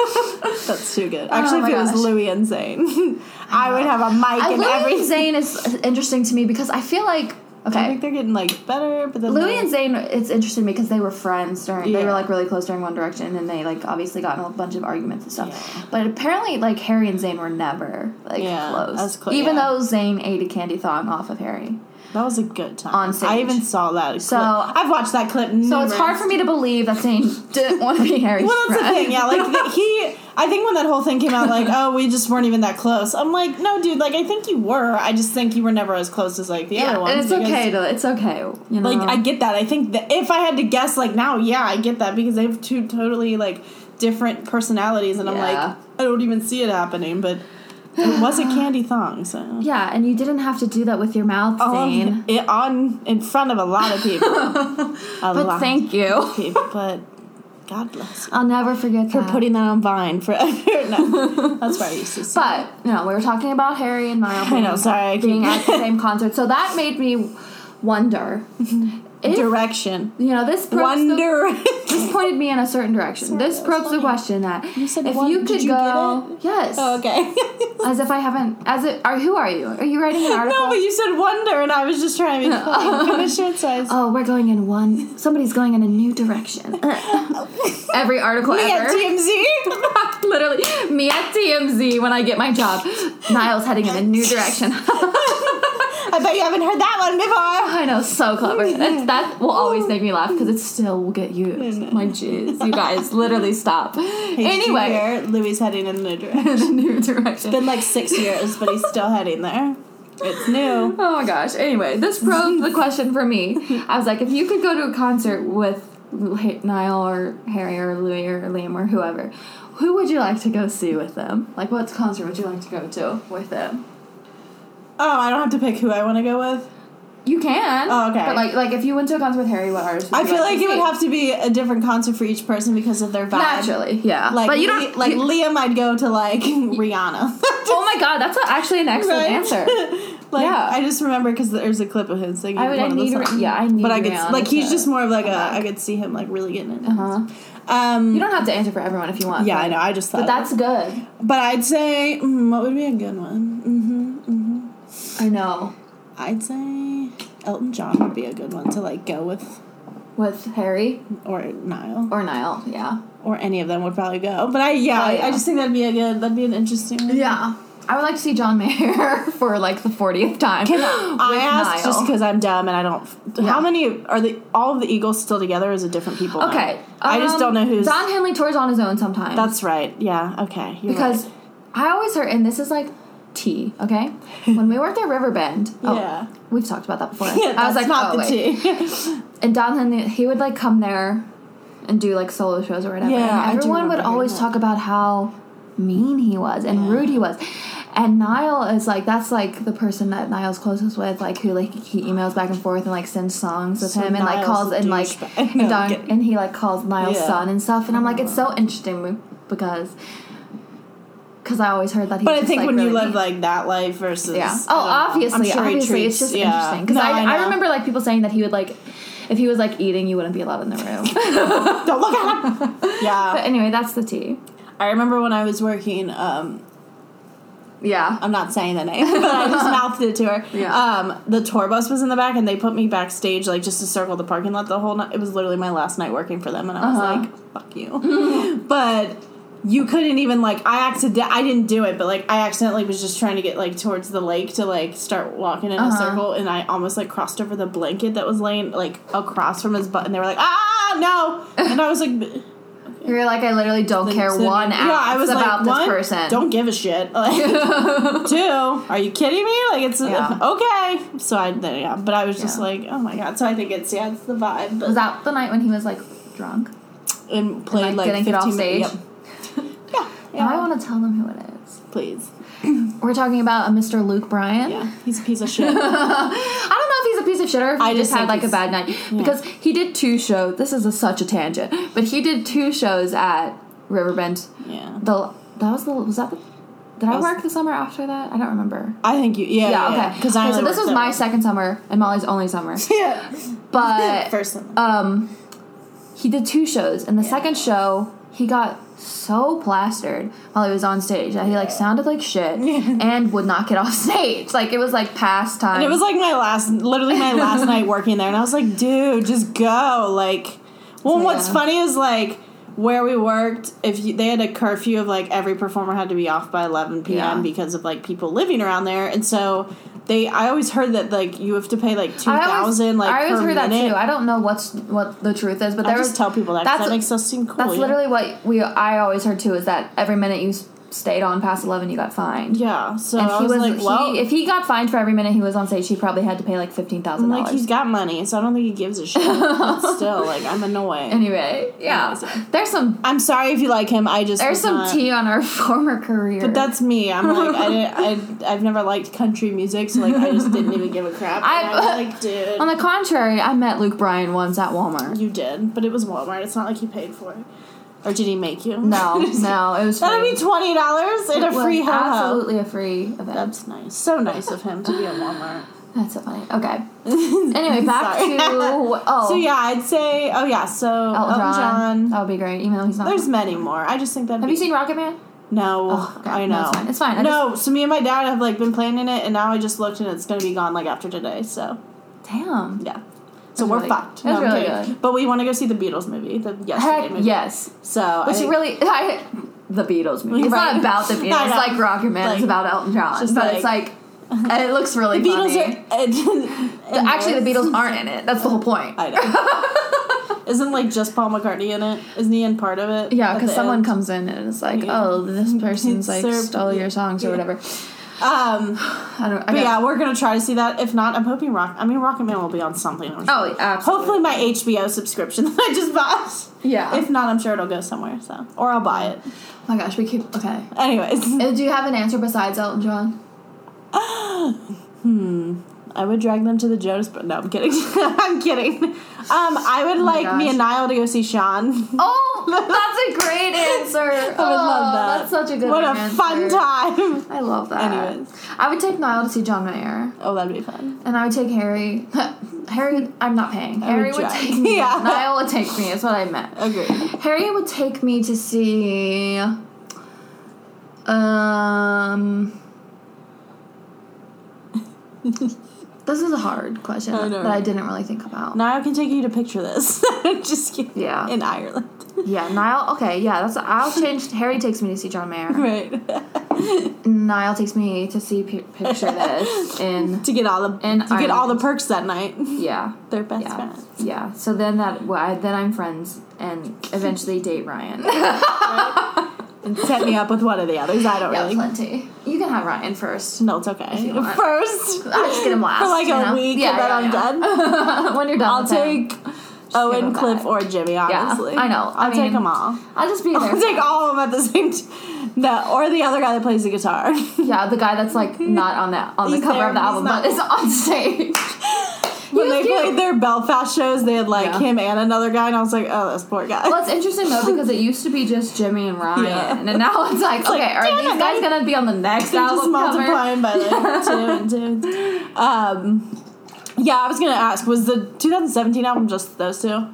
Speaker 1: That's too good.
Speaker 2: Oh
Speaker 1: Actually,
Speaker 2: my
Speaker 1: if it was
Speaker 2: gosh.
Speaker 1: Louis and Zayn, I would have a mic
Speaker 2: I,
Speaker 1: and
Speaker 2: Louis
Speaker 1: everything.
Speaker 2: and Zayn is interesting to me because I feel like
Speaker 1: I
Speaker 2: okay.
Speaker 1: think they're getting like better, but then
Speaker 2: Louis
Speaker 1: they're-
Speaker 2: and Zayn, it's interesting because they were friends during. They
Speaker 1: Mm-hmm. Yeah.
Speaker 2: were like really close during One Direction, and they like obviously got in a bunch of arguments and stuff.
Speaker 1: Yeah.
Speaker 2: But apparently, like Harry and Zayn were never like
Speaker 1: Yeah,
Speaker 2: close.
Speaker 1: that's clo-
Speaker 2: Even
Speaker 1: yeah.
Speaker 2: though Zayn ate a candy thong off of Harry,
Speaker 1: that was a good time
Speaker 2: On stage.
Speaker 1: I even saw that.
Speaker 2: So-
Speaker 1: clip. I've watched that clip.
Speaker 2: so it's hard for me to believe that Zayn didn't want to be Harry's
Speaker 1: Well, that's
Speaker 2: friend.
Speaker 1: the thing, yeah. Like the, he, I think when that whole thing came out, like, oh, we just weren't even that close. I'm like, no, dude. Like, I think you were. I just think you were never as close as like the
Speaker 2: Yeah,
Speaker 1: other ones.
Speaker 2: and it's
Speaker 1: because-
Speaker 2: okay to. It's okay. You know,
Speaker 1: Like, I get that. I think that if I had to guess, like now, yeah, I get that because they have two totally like different personalities, and I'm
Speaker 2: Yeah.
Speaker 1: like, I don't even see it happening. But it was a candy thong, so
Speaker 2: yeah, and you didn't have to do that with your mouth, Zayn.
Speaker 1: Um, it on in front of a lot of people. a
Speaker 2: But
Speaker 1: lot
Speaker 2: thank you.
Speaker 1: of people, but God bless you.
Speaker 2: I'll never forget
Speaker 1: For
Speaker 2: that.
Speaker 1: putting that on Vine forever. no, that's where I used to see.
Speaker 2: But you know, we were talking about Harry and Miles.
Speaker 1: I know, sorry, I
Speaker 2: being
Speaker 1: keep-
Speaker 2: at the same concert, so that made me wonder. if,
Speaker 1: Direction.
Speaker 2: you know, this probes the,
Speaker 1: Wonder.
Speaker 2: this pointed me in a certain direction. this
Speaker 1: that was
Speaker 2: probes the
Speaker 1: funny.
Speaker 2: question that
Speaker 1: You said
Speaker 2: if
Speaker 1: one-
Speaker 2: you could
Speaker 1: did you get
Speaker 2: go, yes,
Speaker 1: oh, okay.
Speaker 2: as if I haven't, as it are. Who are you? Are you writing an article?
Speaker 1: no, but you said wonder, and I was just trying to be funny. Finish it, so I was-
Speaker 2: Oh, we're going in one. Somebody's going in a new direction. Every article
Speaker 1: Me at
Speaker 2: ever.
Speaker 1: TMZ.
Speaker 2: Literally, me at TMZ when I get my job. Niles heading in a new direction.
Speaker 1: I bet you haven't heard that one before.
Speaker 2: I know, so
Speaker 1: Oh,
Speaker 2: clever. That, that will always make me laugh because it still will get used. My jeez, you guys, literally stop. Anyway,
Speaker 1: Year, Louis heading in a new direction.
Speaker 2: in a new direction.
Speaker 1: Been like six years, but he's still heading there. It's new.
Speaker 2: oh my gosh. Anyway, this probed the question for me. I was like, if you could go to a concert with H- Niall or Harry or Louis or Liam or whoever, who would you like to go see with them? Like, what concert would you like to go to with them?
Speaker 1: Oh, I don't have to pick who I want to go with.
Speaker 2: You can.
Speaker 1: Oh, okay.
Speaker 2: But like, like if you went to a concert with Harry, what artist? Would
Speaker 1: I
Speaker 2: you
Speaker 1: feel like
Speaker 2: to
Speaker 1: it would
Speaker 2: see?
Speaker 1: have to be a different concert for each person because of their vibe.
Speaker 2: naturally, yeah.
Speaker 1: Like,
Speaker 2: but you
Speaker 1: Le-
Speaker 2: don't
Speaker 1: like
Speaker 2: you-
Speaker 1: Liam, I'd go to like Rihanna.
Speaker 2: oh my god, that's a- actually an excellent
Speaker 1: Right?
Speaker 2: answer.
Speaker 1: like
Speaker 2: Yeah.
Speaker 1: I just remember because there's a clip of him singing.
Speaker 2: I would.
Speaker 1: one
Speaker 2: I
Speaker 1: of the
Speaker 2: need.
Speaker 1: songs.
Speaker 2: Ri- yeah, I need.
Speaker 1: but I could
Speaker 2: Rihanna
Speaker 1: like he's
Speaker 2: to-
Speaker 1: just more of like a
Speaker 2: back.
Speaker 1: I could see him like really getting it.
Speaker 2: Uh-huh.
Speaker 1: Um,
Speaker 2: You don't have to answer for everyone if you want.
Speaker 1: yeah,
Speaker 2: but-
Speaker 1: I know. I just thought,
Speaker 2: But that's good.
Speaker 1: But I'd say mm, what would be a good one? Mm-hmm, mm-hmm.
Speaker 2: I know.
Speaker 1: I'd say Elton John would be a good one to like go with,
Speaker 2: With Harry
Speaker 1: or Niall,
Speaker 2: or Niall, yeah.
Speaker 1: or any of them would probably go. But I yeah,
Speaker 2: Oh,
Speaker 1: I- I,
Speaker 2: yeah.
Speaker 1: just think that'd be a good that'd be an interesting. one.
Speaker 2: Yeah. I would like to see John Mayer for like the 40th time.
Speaker 1: Can I asked just because I'm dumb and I don't. How
Speaker 2: Yeah.
Speaker 1: many are the all of the Eagles still together? Or is it different people? now?
Speaker 2: Okay.
Speaker 1: uh, I just
Speaker 2: um,
Speaker 1: don't know who's.
Speaker 2: Don Henley tours on his own sometimes.
Speaker 1: that's right. Yeah. Okay. You're
Speaker 2: because
Speaker 1: right.
Speaker 2: I always heard, and this is like tea, okay? when we worked at Riverbend, oh,
Speaker 1: Yeah.
Speaker 2: we've talked about that before.
Speaker 1: Yeah,
Speaker 2: I was
Speaker 1: that's
Speaker 2: like,
Speaker 1: not
Speaker 2: oh,
Speaker 1: the
Speaker 2: wait.
Speaker 1: tea.
Speaker 2: And Don Henley, he would like come there and do like solo shows or whatever.
Speaker 1: Yeah, I do
Speaker 2: and everyone would
Speaker 1: remember
Speaker 2: always
Speaker 1: that.
Speaker 2: talk about how mean he was and rude he was. And Niall is like that's like the person that Niall's closest with, like who like he emails back and forth and like sends songs with
Speaker 1: So
Speaker 2: him and like
Speaker 1: Niall's
Speaker 2: calls
Speaker 1: a
Speaker 2: and like
Speaker 1: douchebag.
Speaker 2: and,
Speaker 1: No,
Speaker 2: Don,
Speaker 1: get-
Speaker 2: and he like calls Niall's
Speaker 1: Yeah. Uh-huh.
Speaker 2: son and stuff. And I'm like, it's so interesting because because I always heard that. He
Speaker 1: but
Speaker 2: was
Speaker 1: I
Speaker 2: just,
Speaker 1: think
Speaker 2: like,
Speaker 1: when you
Speaker 2: really
Speaker 1: live
Speaker 2: mean.
Speaker 1: like that life versus
Speaker 2: Yeah.
Speaker 1: I
Speaker 2: Oh,
Speaker 1: don't know. I'm
Speaker 2: obviously,
Speaker 1: sure he
Speaker 2: obviously,
Speaker 1: treats-
Speaker 2: it's just
Speaker 1: yeah.
Speaker 2: interesting because
Speaker 1: No,
Speaker 2: I,
Speaker 1: know.
Speaker 2: I, remember like people saying that he would like, if he was like eating, you wouldn't be allowed in the room.
Speaker 1: Don't look at him.
Speaker 2: but
Speaker 1: yeah,
Speaker 2: anyway, that's the tea.
Speaker 1: I remember when I was working. Um,
Speaker 2: Yeah.
Speaker 1: I'm not saying the name, but I just mouthed it to her.
Speaker 2: Yeah.
Speaker 1: Um, the tour bus was in the back, and they put me backstage, like just to circle the parking lot the whole night. It was literally my last night working for them, and I was
Speaker 2: Uh-huh.
Speaker 1: like, "Fuck you," but. You couldn't even like I accident I didn't do it, but like I accidentally was just trying to get like towards the lake to like start walking in a
Speaker 2: Uh-huh.
Speaker 1: circle, and I almost like crossed over the blanket that was laying like across from his butt, and they were like, "Ah, no!" And I was like, "B-
Speaker 2: You're like, I literally don't care
Speaker 1: So,
Speaker 2: one
Speaker 1: yeah,
Speaker 2: ounce
Speaker 1: I was
Speaker 2: about
Speaker 1: like, one,
Speaker 2: this person.
Speaker 1: Don't give a shit. Like, two, are you kidding me? Like, it's
Speaker 2: Yeah.
Speaker 1: okay. So I, then, yeah, but I was just
Speaker 2: Yeah.
Speaker 1: like, oh my god. So I think it's yeah, it's the vibe.
Speaker 2: Was
Speaker 1: But,
Speaker 2: that the night when he was like drunk?
Speaker 1: and played
Speaker 2: like,
Speaker 1: like,
Speaker 2: didn't
Speaker 1: fifteen
Speaker 2: get off
Speaker 1: minutes.
Speaker 2: stage?
Speaker 1: Yep. yeah,
Speaker 2: Now I
Speaker 1: yeah.
Speaker 2: want to tell them who it is.
Speaker 1: please.
Speaker 2: We're talking about a Mr. Luke Bryan.
Speaker 1: Yeah, he's a piece of shit.
Speaker 2: I don't know if he's a piece of shit or if
Speaker 1: I
Speaker 2: he
Speaker 1: just
Speaker 2: just
Speaker 1: think
Speaker 2: had like a
Speaker 1: he's-
Speaker 2: bad night because he did two shows. This is a, such a tangent, but he did two shows at Riverbend.
Speaker 1: Yeah,
Speaker 2: The that was the was that the did I
Speaker 1: was-
Speaker 2: work the summer after that? I don't remember.
Speaker 1: I think you. Yeah,
Speaker 2: Yeah, okay.
Speaker 1: Because I
Speaker 2: okay, so
Speaker 1: only
Speaker 2: this was
Speaker 1: worked
Speaker 2: my
Speaker 1: at-
Speaker 2: second summer and Molly's only summer,
Speaker 1: yeah
Speaker 2: but
Speaker 1: first. summer.
Speaker 2: um, he did two shows, and the second show he got so plastered while he was on stage that he like sounded like shit and would not get off stage. Like it was like past time.
Speaker 1: And it was like my last, literally my last night working there, and I was like, dude, just go. Like, well, what's
Speaker 2: Yeah.
Speaker 1: funny is like where we worked. If you, they had a curfew of like every performer had to be off by eleven p.m.
Speaker 2: Yeah.
Speaker 1: because of like people living around there, and so they. I always heard that like you have to pay like two
Speaker 2: I always-
Speaker 1: thousand like
Speaker 2: I always
Speaker 1: per
Speaker 2: heard
Speaker 1: minute.
Speaker 2: that too. I don't know what's what the truth is, but
Speaker 1: I
Speaker 2: there
Speaker 1: just
Speaker 2: was,
Speaker 1: tell people that 'cause
Speaker 2: that's-
Speaker 1: that makes us seem cool.
Speaker 2: That's
Speaker 1: yeah.
Speaker 2: literally what we. I always heard too is that every minute you s- stayed on past eleven, you got fined.
Speaker 1: yeah. So
Speaker 2: And
Speaker 1: I
Speaker 2: he
Speaker 1: was,
Speaker 2: was
Speaker 1: like,
Speaker 2: he,
Speaker 1: well,
Speaker 2: if he got fined for every minute he was on stage, he probably had to pay like fifteen thousand
Speaker 1: like he's
Speaker 2: dollars.
Speaker 1: got money, so I don't think he gives a shit. but still, like I'm annoyed.
Speaker 2: Anyway, yeah, there's some
Speaker 1: I'm sorry if you like him. I just
Speaker 2: there's
Speaker 1: was
Speaker 2: some
Speaker 1: not-
Speaker 2: tea on our former career.
Speaker 1: But that's me. I'm like I didn't, I I've never liked country music, so like I just didn't even give a crap. I,
Speaker 2: I-
Speaker 1: I was like, dude,
Speaker 2: on the contrary, I met Luke Bryan once at Walmart.
Speaker 1: you did, but it was Walmart. It's not like you paid for it. Or did he make you?
Speaker 2: No, no, it was.
Speaker 1: That'd
Speaker 2: free.
Speaker 1: be twenty dollars in a
Speaker 2: It was
Speaker 1: free ho
Speaker 2: Absolutely a free event. That's,
Speaker 1: That's nice. So nice of him to be at Walmart.
Speaker 2: so funny. Okay. Anyway, back
Speaker 1: Sorry.
Speaker 2: to oh,
Speaker 1: So yeah, I'd say oh yeah, so Elton, John.
Speaker 2: That would be great, even though he's not.
Speaker 1: There's many more. I just think that
Speaker 2: Have you seen Rocket Man?
Speaker 1: No,
Speaker 2: Oh, okay.
Speaker 1: I
Speaker 2: No,
Speaker 1: know.
Speaker 2: it's fine. It's fine. I
Speaker 1: no, so me and my dad have like been planning it, and now I just looked, and it's gonna be gone like after today. So
Speaker 2: Damn.
Speaker 1: yeah, so
Speaker 2: That's
Speaker 1: we're
Speaker 2: really-
Speaker 1: fucked.
Speaker 2: that's
Speaker 1: I'm
Speaker 2: really
Speaker 1: kidding.
Speaker 2: good.
Speaker 1: But we want to go see the Beatles movie, the yesterday
Speaker 2: Heck
Speaker 1: movie.
Speaker 2: yes.
Speaker 1: So
Speaker 2: Which
Speaker 1: I,
Speaker 2: really, I, the Beatles movie. It's
Speaker 1: Right.
Speaker 2: not about the
Speaker 1: I
Speaker 2: Beatles. It's
Speaker 1: know.
Speaker 2: like Rocket Man.
Speaker 1: Like,
Speaker 2: it's about Elton John.
Speaker 1: just
Speaker 2: but it's like, and it looks really
Speaker 1: the Beatles
Speaker 2: funny.
Speaker 1: are
Speaker 2: The- Actually, the Beatles aren't in it. That's the whole point.
Speaker 1: I know. Isn't like just Paul McCartney in it? Isn't he in part of it?
Speaker 2: Yeah,
Speaker 1: at
Speaker 2: because
Speaker 1: the
Speaker 2: someone
Speaker 1: end?
Speaker 2: comes in and it's like,
Speaker 1: Yeah.
Speaker 2: oh, this person's like
Speaker 1: Sir-
Speaker 2: stole your songs or
Speaker 1: yeah.
Speaker 2: whatever.
Speaker 1: Um,
Speaker 2: I don't. Oh, I
Speaker 1: but
Speaker 2: got-
Speaker 1: yeah, we're gonna try to see that. If not, I'm hoping Rock. I mean, Rocket Man will be on something. I'm sure.
Speaker 2: Oh, absolutely.
Speaker 1: Hopefully, my HBO subscription that I just bought.
Speaker 2: Yeah.
Speaker 1: If not, I'm sure it'll go somewhere. So, or I'll buy it.
Speaker 2: oh my gosh, we keep okay.
Speaker 1: Anyways,
Speaker 2: Uh, Do you have an answer besides Elton John?
Speaker 1: Hmm. I would drag them to the Jonas. But no, I'm kidding. I'm kidding. Um, I would like me
Speaker 2: Oh gosh.
Speaker 1: and Niall to go see Sean.
Speaker 2: Oh, that's a great answer. I would
Speaker 1: I would love that.
Speaker 2: Oh, That's such a good
Speaker 1: What a
Speaker 2: answer.
Speaker 1: fun time.
Speaker 2: I love that.
Speaker 1: Anyways.
Speaker 2: I would take Niall to see John Mayer,
Speaker 1: Oh, that'd be fun.
Speaker 2: and I would take Harry. Harry, I'm not paying. Harry would
Speaker 1: drive.
Speaker 2: take me.
Speaker 1: Yeah.
Speaker 2: Niall would take me. Is what I meant.
Speaker 1: Agreed.
Speaker 2: Harry would take me to see. Um. this is a hard question
Speaker 1: I know,
Speaker 2: that I
Speaker 1: right?
Speaker 2: didn't really think about.
Speaker 1: Niall can take you to picture this. Just kidding.
Speaker 2: Yeah.
Speaker 1: In Ireland.
Speaker 2: Yeah, Niall. Okay, yeah, that's. I'll change. Harry takes me to see John Mayer.
Speaker 1: Right.
Speaker 2: Niall takes me to see pi picture this in.
Speaker 1: to get all the
Speaker 2: In
Speaker 1: to get all the
Speaker 2: Ireland.
Speaker 1: perks that night.
Speaker 2: Yeah.
Speaker 1: Their best
Speaker 2: Yeah.
Speaker 1: friends.
Speaker 2: Yeah. So then that well, I, then I'm friends and eventually date Ryan.
Speaker 1: And set me up with one of the others. I don't really.
Speaker 2: plenty. You can have Ryan first.
Speaker 1: No, it's okay.
Speaker 2: you want.
Speaker 1: First.
Speaker 2: I'll just get him last.
Speaker 1: For like
Speaker 2: you
Speaker 1: a
Speaker 2: know?
Speaker 1: week
Speaker 2: Yeah,
Speaker 1: and then
Speaker 2: yeah,
Speaker 1: I'm
Speaker 2: yeah.
Speaker 1: done.
Speaker 2: when you're done,
Speaker 1: I'll
Speaker 2: with him.
Speaker 1: take Owen,
Speaker 2: him a
Speaker 1: Cliff,
Speaker 2: bag.
Speaker 1: or Jimmy, honestly.
Speaker 2: I know. I
Speaker 1: I'll take
Speaker 2: mean,
Speaker 1: them all.
Speaker 2: I'll just be there.
Speaker 1: I'll take all of them at the same time. No, or the other guy that plays the guitar.
Speaker 2: Yeah, the guy that's like not on that on the
Speaker 1: He's
Speaker 2: cover
Speaker 1: there,
Speaker 2: of the
Speaker 1: he's
Speaker 2: album,
Speaker 1: not.
Speaker 2: but is on stage.
Speaker 1: when they
Speaker 2: He's cute.
Speaker 1: played their Belfast shows, they had like
Speaker 2: Yeah.
Speaker 1: him and another guy, and I was like, oh, this poor guy.
Speaker 2: Well, it's interesting though because it used to be just Jimmy and Ryan,
Speaker 1: Yeah.
Speaker 2: and now it's like,
Speaker 1: like,
Speaker 2: okay,
Speaker 1: damn
Speaker 2: are
Speaker 1: it,
Speaker 2: these guys
Speaker 1: now
Speaker 2: gonna be on the next
Speaker 1: They're
Speaker 2: album
Speaker 1: just
Speaker 2: cover?
Speaker 1: multiplying by like two and two. and two. Um, yeah, I was gonna ask, was the 2017 album just those two, or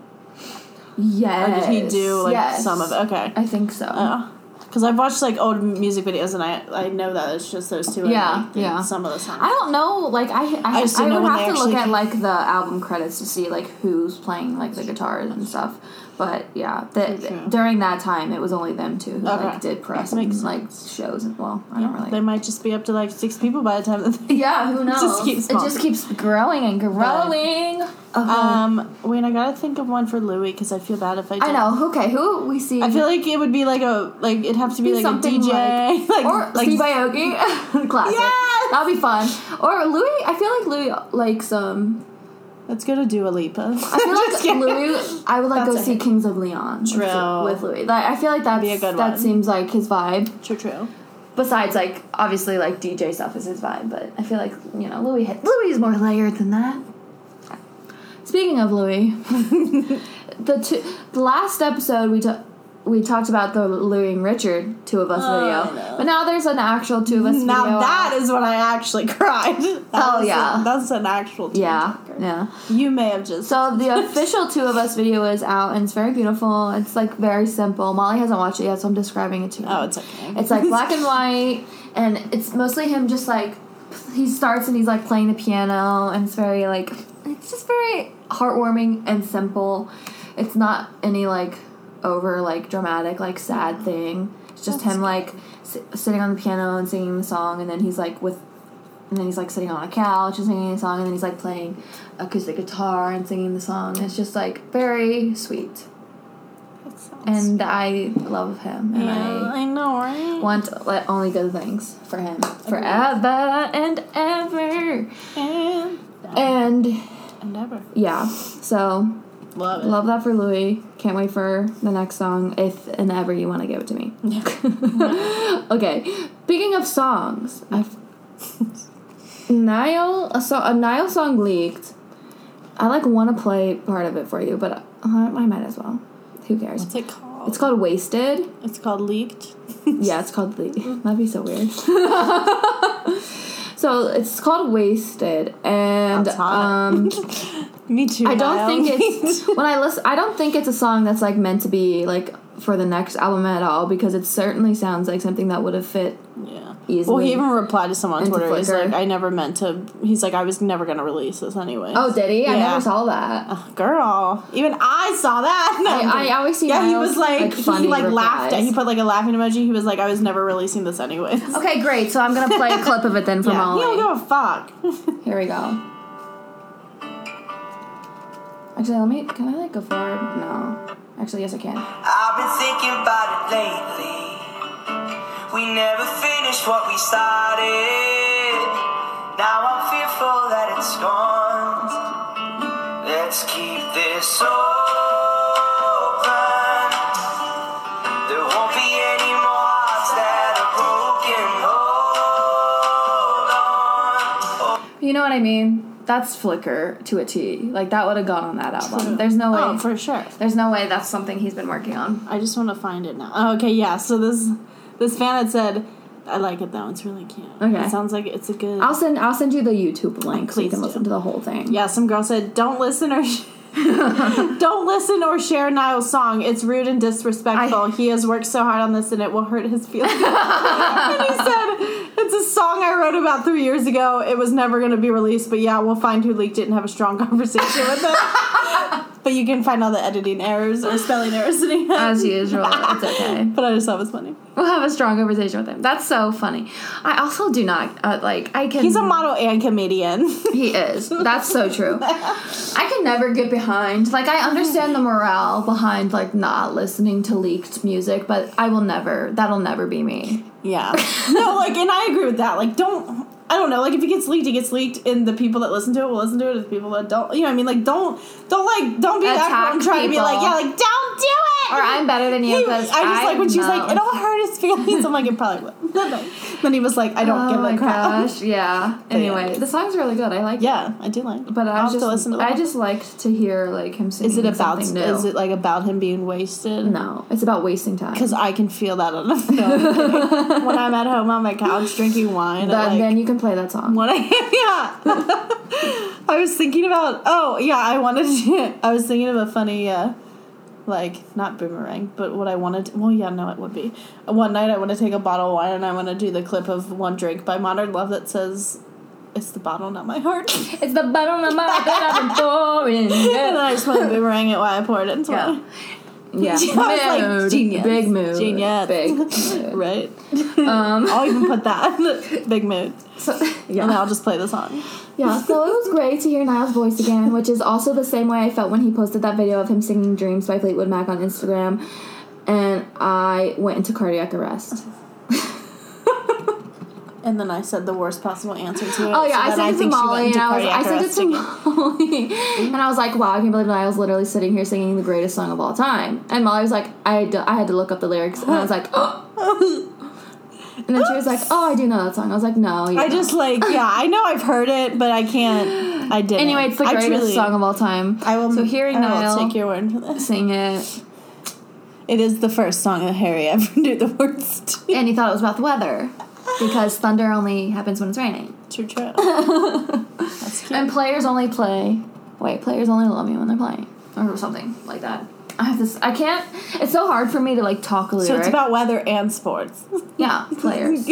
Speaker 2: Yes.
Speaker 1: did he do like
Speaker 2: yes.
Speaker 1: some of it? Uh, Okay,
Speaker 2: I think so.
Speaker 1: because I've watched like old music videos and I I know that it's just those two. and,
Speaker 2: Yeah,
Speaker 1: like, the-
Speaker 2: yeah.
Speaker 1: Some of the songs.
Speaker 2: I don't know. Like I, I,
Speaker 1: I
Speaker 2: I,
Speaker 1: just didn't know
Speaker 2: would
Speaker 1: when
Speaker 2: have
Speaker 1: they
Speaker 2: to look
Speaker 1: actually-
Speaker 2: at like the album credits to see like who's playing like the guitars and stuff. But yeah,
Speaker 1: true.
Speaker 2: that during that time it was only them two who
Speaker 1: Okay.
Speaker 2: like did press
Speaker 1: That makes
Speaker 2: and like shows and well, I don't really.
Speaker 1: They might just be up to like six people by the time that. They-
Speaker 2: yeah, who knows?
Speaker 1: just keeps
Speaker 2: it just
Speaker 1: small.
Speaker 2: keeps growing and growing.
Speaker 1: um, wait, I gotta think of one for Louis because I feel bad if I. Don't.
Speaker 2: I know. Okay, who we see?
Speaker 1: I feel like it would be like a like it'd have to be like a
Speaker 2: something
Speaker 1: DJ like,
Speaker 2: or
Speaker 1: like
Speaker 2: Steve Aoki classic.
Speaker 1: Yes!
Speaker 2: that'll be fun. Or Louis. I feel like Louis likes um.
Speaker 1: let's go to Dua Lipa.
Speaker 2: I feel
Speaker 1: Just
Speaker 2: like
Speaker 1: kidding.
Speaker 2: Louis. I would like
Speaker 1: That's
Speaker 2: go
Speaker 1: a
Speaker 2: see
Speaker 1: hit.
Speaker 2: Kings of Leon with-
Speaker 1: True.
Speaker 2: with Louis. Like, I feel like that's
Speaker 1: Be a good
Speaker 2: that
Speaker 1: one.
Speaker 2: seems like his vibe.
Speaker 1: True, true.
Speaker 2: Besides, like obviously, like DJ stuff is his vibe, but I feel like you know Louis. Louis is more layered than that. Speaking of Louis, the two, the last episode we took. We talked about the Louis and Richard two of us
Speaker 1: Oh, I know.
Speaker 2: video, but now there's an actual two of us
Speaker 1: Now
Speaker 2: video.
Speaker 1: that is when I actually cried. That
Speaker 2: Oh,
Speaker 1: was a-
Speaker 2: yeah.
Speaker 1: that's an actual. tear
Speaker 2: yeah,
Speaker 1: jerker.
Speaker 2: yeah.
Speaker 1: You may have just.
Speaker 2: So the official two of us video is out and it's very beautiful. It's like very simple. Molly hasn't watched it yet, so I'm describing it to you.
Speaker 1: oh, it's okay.
Speaker 2: It's like black and white, and it's mostly him just like he starts and he's like playing the piano, and it's very like it's just very heartwarming and simple. It's not any like over like dramatic like sad thing. It's just him like si- sitting on the piano and singing the song, and then he's like with. And then he's like sitting on a couch and singing a song, and then he's like playing acoustic guitar and singing the song. It's just like very sweet,
Speaker 1: That sounds-
Speaker 2: and I love him. And
Speaker 1: yeah,
Speaker 2: I
Speaker 1: I know, right?
Speaker 2: want like, only good things for him
Speaker 1: Agreed.
Speaker 2: forever and ever.
Speaker 1: and,
Speaker 2: And
Speaker 1: and ever
Speaker 2: yeah, so
Speaker 1: love it.
Speaker 2: love that for Louis. Can't wait for the next song if and ever you want to give it to me. okay, speaking of songs, I've Nile a, so- a Nile song leaked. I like want to play part of it for you, but I, I might as well. Who cares?
Speaker 1: What's it called? called?
Speaker 2: It's called Wasted.
Speaker 1: It's called Leaked.
Speaker 2: Yeah, it's called the.
Speaker 1: Mm.
Speaker 2: That'd be so weird. so it's called Wasted, and
Speaker 1: That's hot.
Speaker 2: um,
Speaker 1: Me too.
Speaker 2: I don't
Speaker 1: Niall.
Speaker 2: think it's when I listen. I don't think it's a song that's like meant to be like for the next album at all because it certainly sounds like something that would have fit.
Speaker 1: yeah. Well,
Speaker 2: easily
Speaker 1: he even replied to someone on
Speaker 2: into
Speaker 1: Twitter. He's
Speaker 2: Flickr.
Speaker 1: like, I never meant to. He's like, I was never gonna release this anyway.
Speaker 2: Oh, did he? I
Speaker 1: Yeah.
Speaker 2: never saw that.
Speaker 1: girl, even I saw that. No, I'm
Speaker 2: I- I
Speaker 1: kidding.
Speaker 2: always see
Speaker 1: Yeah, he
Speaker 2: Niall's,
Speaker 1: was like,
Speaker 2: like,
Speaker 1: he
Speaker 2: funny
Speaker 1: like laughed. At,
Speaker 2: replies.
Speaker 1: he put like a laughing emoji. He was like, I was never releasing this anyways.
Speaker 2: Okay, great. So I'm gonna play a clip of it then from
Speaker 1: Yeah,
Speaker 2: all.
Speaker 1: he don't give a fuck.
Speaker 2: Here we go. Actually, let me. Can I like go forward? No. Actually, yes, I can.
Speaker 4: I've been thinking about it lately. We never finished what we started. Now I'm fearful that it's gone. Let's keep this open. There won't be any more hearts that are broken. Hold on.
Speaker 2: You know what I mean? That's Flicker to a T. Like that would have gone on that album. There's no way.
Speaker 1: Oh, for sure.
Speaker 2: there's no way that's something he's been working on.
Speaker 1: I just want to find it now. Oh, okay, yeah. So this this fan had said, I like it though. It's really cute.
Speaker 2: Okay.
Speaker 1: It sounds like it's a good.
Speaker 2: I'll send I'll send you the YouTube link so you
Speaker 1: Please
Speaker 2: can
Speaker 1: do.
Speaker 2: listen to the whole thing.
Speaker 1: yeah, some girl said, don't listen or. Sh- Don't listen or share Niall's song. It's rude and disrespectful.
Speaker 2: I-
Speaker 1: he has worked so hard on this, and it will hurt his feelings. and he said, "It's a song I wrote about three years ago. It was never going to be released, but yeah, we'll find who leaked it and have a strong conversation with it. but you can find all the editing errors or spelling errors that he has.
Speaker 2: As usual, it's okay.
Speaker 1: But I just thought it was funny.
Speaker 2: We'll have a strong conversation with him. That's so funny. I also do not uh, like. I can.
Speaker 1: He's a model and comedian.
Speaker 2: He is. That's so true. I can never get behind. Like I understand the morale behind like not listening to leaked music, but I will never. That'll never be me.
Speaker 1: yeah. No, like, and I agree with that. Like, don't. I don't know. Like, if it gets leaked, it gets leaked, and the people that listen to it will listen to it, and the people that don't, you know, what I mean, like, don't, don't like, don't be that
Speaker 2: Attack
Speaker 1: one trying to be like,
Speaker 2: people.
Speaker 1: yeah, like, don't do it.
Speaker 2: Or I'm better than you
Speaker 1: He- I
Speaker 2: because
Speaker 1: just like when she was like, it'll hurt his feelings. I'm like, it probably will. then he was like, I don't
Speaker 2: Oh
Speaker 1: give
Speaker 2: my
Speaker 1: a crap.
Speaker 2: gosh! Yeah. Anyway, the song's really good. I like. it.
Speaker 1: Yeah, I do like.
Speaker 2: But I
Speaker 1: I'll have
Speaker 2: was just,
Speaker 1: to listen to
Speaker 2: I
Speaker 1: that.
Speaker 2: just liked to hear like him singing.
Speaker 1: Is it about?
Speaker 2: something new.
Speaker 1: Is it like about him being wasted?
Speaker 2: No, it's about wasting time.
Speaker 1: Because I can feel that on a film. when I'm at home on my couch drinking wine.
Speaker 2: But
Speaker 1: I, like,
Speaker 2: then you can play that song.
Speaker 1: What I yeah. I was thinking about oh yeah, I wanted to I was thinking of a funny uh like not boomerang, but what I wanted to, well yeah, no it would be. One night I want to take a bottle of wine and I want to do the clip of one drink by Modern Love that says it's the bottle, not my heart.
Speaker 2: It's the bottom of my heart that I've been pouring.
Speaker 1: and then
Speaker 2: Yeah.
Speaker 1: I just want to boomerang it while I poured it into
Speaker 2: Yeah.
Speaker 1: it.
Speaker 2: yeah.
Speaker 1: I was like,
Speaker 2: Mood.
Speaker 1: genius.
Speaker 2: Big mood.
Speaker 1: Genius.
Speaker 2: Big mood.
Speaker 1: Right. I'll even put that big mood.
Speaker 2: So,
Speaker 1: And
Speaker 2: yeah.
Speaker 1: I'll just play the song.
Speaker 2: yeah. So it was great to hear Niall's voice again, which is also the same way I felt when he posted that video of him singing Dreams by Fleetwood Mac on Instagram. And I went into cardiac arrest.
Speaker 1: And then I said the worst possible answer to it.
Speaker 2: Oh yeah,
Speaker 1: so
Speaker 2: I
Speaker 1: then
Speaker 2: sent it to
Speaker 1: think she went
Speaker 2: Molly, and
Speaker 1: into
Speaker 2: I was
Speaker 1: cardiac
Speaker 2: I sent it
Speaker 1: arrest
Speaker 2: to
Speaker 1: again.
Speaker 2: Molly, and I was like, wow, I can't believe that I was literally sitting here singing the greatest song of all time. And Molly was like, I had to, I had to look up the lyrics, and I was like, and then she was like, oh, I do know that song. I was like, no, you
Speaker 1: I
Speaker 2: don't."
Speaker 1: just like yeah. I know I've heard it, but I can't. I didn't.
Speaker 2: Anyway, it's the
Speaker 1: I
Speaker 2: greatest
Speaker 1: truly-
Speaker 2: song of all time.
Speaker 1: I will.
Speaker 2: So hearing
Speaker 1: I will
Speaker 2: Niall
Speaker 1: take your word for this.
Speaker 2: sing it,
Speaker 1: It is the first song that Harry ever knew the words to.
Speaker 2: and he thought it was about the weather because thunder only happens when it's raining,
Speaker 1: True, true. That's cute.
Speaker 2: and players only play. Wait, players only love me when they're playing, or something like that. I have this. I can't. It's so hard for me to like talk a lyric.
Speaker 1: so it's about weather and sports.
Speaker 2: yeah, players,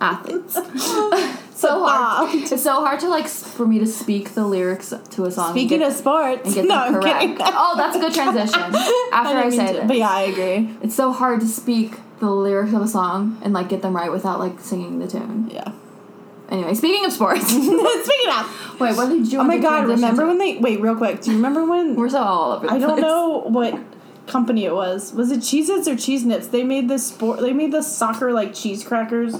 Speaker 2: athletes. so
Speaker 1: Bob.
Speaker 2: hard. It's so hard to like s- for me to speak the lyrics to a song. and
Speaker 1: Speaking
Speaker 2: get-
Speaker 1: of sports,
Speaker 2: and get
Speaker 1: no,
Speaker 2: them
Speaker 1: I'm
Speaker 2: correct.
Speaker 1: kidding.
Speaker 2: Oh, that's a good transition. After I,
Speaker 1: didn't mean
Speaker 2: say
Speaker 1: to-
Speaker 2: this,
Speaker 1: but yeah, I agree.
Speaker 2: it's so hard to speak the lyrics of a song and like get them right without like singing the tune.
Speaker 1: Yeah.
Speaker 2: Anyway, speaking of sports, wait,
Speaker 1: Speaking of,
Speaker 2: what did you?
Speaker 1: oh my god, remember when they wait real quick? Do you remember when
Speaker 2: we're so all over? The
Speaker 1: I don't
Speaker 2: place.
Speaker 1: know what company it was. Was it Cheez Its or Cheese Nips? They made this sport they made the soccer like cheese crackers.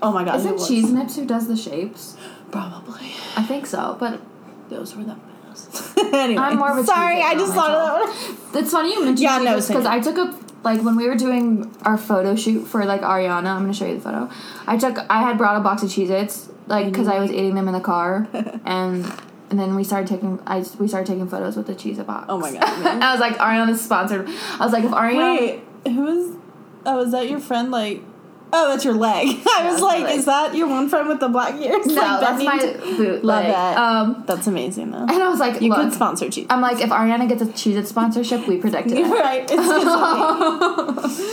Speaker 1: Oh my god. who
Speaker 2: Isn't
Speaker 1: was-
Speaker 2: Cheese Nips who does the shapes?
Speaker 1: probably.
Speaker 2: I think so, but
Speaker 1: Those were the best. anyway.
Speaker 2: I'm more of a
Speaker 1: sorry,
Speaker 2: Cheez It
Speaker 1: I
Speaker 2: girl
Speaker 1: just thought of that one.
Speaker 2: It's funny you mentioned
Speaker 1: Yeah,
Speaker 2: yeah,
Speaker 1: no, same.
Speaker 2: because I took a like when we were doing our photo shoot for like Ariana. I'm gonna show you the photo. I took I had brought a box of Cheez-Its like because I was eating them in the car, and And then we started taking I we started taking photos with the cheese box.
Speaker 1: Oh my God, man.
Speaker 2: I was like, Ariana is sponsored. I was like, if Ariana
Speaker 1: Wait, who is? Oh, is that your friend? Like, oh, that's your leg. I was
Speaker 2: Yeah, that's my
Speaker 1: like,
Speaker 2: leg.
Speaker 1: is that your one friend with the black ears?
Speaker 2: No,
Speaker 1: like,
Speaker 2: that's my
Speaker 1: bending?
Speaker 2: boot
Speaker 1: Love
Speaker 2: leg.
Speaker 1: that.
Speaker 2: Um,
Speaker 1: that's amazing though.
Speaker 2: and I was like,
Speaker 1: You
Speaker 2: look.
Speaker 1: could sponsor cheese.
Speaker 2: I'm like, if Ariana gets a cheese it sponsorship, we predicted
Speaker 1: You're
Speaker 2: it.
Speaker 1: right. It's just funny.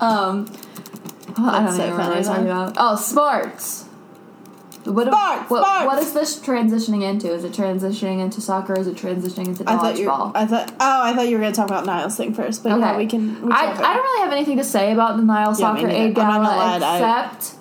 Speaker 2: Um, oh, I don't
Speaker 1: That's so
Speaker 2: even remember what I was
Speaker 1: funny,
Speaker 2: talking about. Oh, sports. What,
Speaker 1: Sports,
Speaker 2: what,
Speaker 1: sports.
Speaker 2: what is this transitioning into? Is it transitioning into soccer? Is it transitioning into
Speaker 1: I thought you.
Speaker 2: dodgeball?
Speaker 1: I thought. Oh, I thought you were gonna talk about Niles thing first, but yeah, we can. We can
Speaker 2: I,
Speaker 1: talk
Speaker 2: I
Speaker 1: about
Speaker 2: don't really have anything to say about the Nile
Speaker 1: Yeah, me
Speaker 2: Soccer Aid
Speaker 1: neither. I'm not
Speaker 2: Gala
Speaker 1: gonna lie, I-
Speaker 2: except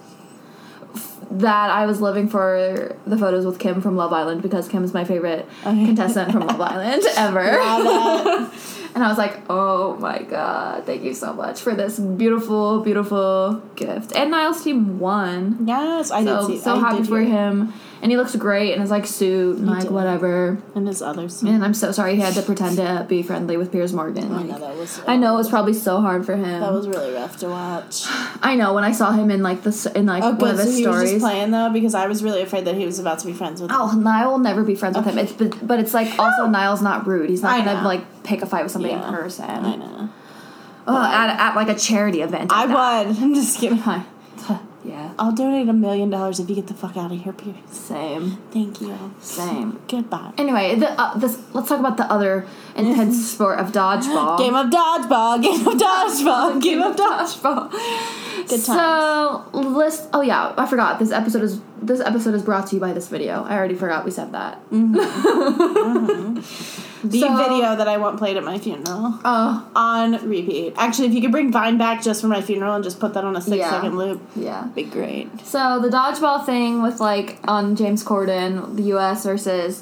Speaker 2: f- that I was living for the photos with Kim from Love Island because Kim is my favorite contestant from Love Island ever.
Speaker 1: Love
Speaker 2: and I was like, oh my god, thank you so much for this beautiful, beautiful gift. And Niall's team won.
Speaker 1: it. Yes, I
Speaker 2: So,
Speaker 1: did see.
Speaker 2: so
Speaker 1: I
Speaker 2: happy
Speaker 1: did
Speaker 2: for
Speaker 1: hear it.
Speaker 2: him. And he looks great in his like suit and like
Speaker 1: did.
Speaker 2: whatever.
Speaker 1: and his others.
Speaker 2: And I'm so sorry he had to pretend to be friendly with Piers Morgan.
Speaker 1: I know um,
Speaker 2: like-
Speaker 1: that was.
Speaker 2: I know it was probably so hard for him.
Speaker 1: That was really rough to watch.
Speaker 2: I know when I saw him in like this in like
Speaker 1: Oh,
Speaker 2: one
Speaker 1: good.
Speaker 2: of
Speaker 1: So
Speaker 2: his
Speaker 1: he was just
Speaker 2: stories.
Speaker 1: playing though, because I was really afraid that he was about to be friends with.
Speaker 2: Oh, Niall will never be friends with him. It's but, but it's like also Niall's not rude. He's not
Speaker 1: I
Speaker 2: gonna
Speaker 1: know.
Speaker 2: like pick a fight with somebody
Speaker 1: Yeah.
Speaker 2: in person.
Speaker 1: I know.
Speaker 2: Ugh, at, at like a charity event.
Speaker 1: I would. I'm just kidding.
Speaker 2: Hi. yeah.
Speaker 1: I'll donate a million dollars if you get the fuck out of here, Pierce.
Speaker 2: Same.
Speaker 1: Thank you.
Speaker 2: Same.
Speaker 1: Goodbye.
Speaker 2: Anyway, the, uh, this let's talk about the other intense sport of dodgeball.
Speaker 1: Game of dodgeball. Game of dodgeball. Game of dodgeball.
Speaker 2: dodgeball.
Speaker 1: Good
Speaker 2: So list. Oh yeah, I forgot. This episode is this episode is brought to you by this video. I already forgot we said that.
Speaker 1: Mm. The
Speaker 2: So-
Speaker 1: video that I want played at my funeral
Speaker 2: Oh
Speaker 1: on repeat. Actually, if you could bring Vine back just for my funeral and just put that on a six-second
Speaker 2: Yeah.
Speaker 1: loop,
Speaker 2: yeah.
Speaker 1: be great.
Speaker 2: So the dodgeball thing with like on James Corden, the U.S. versus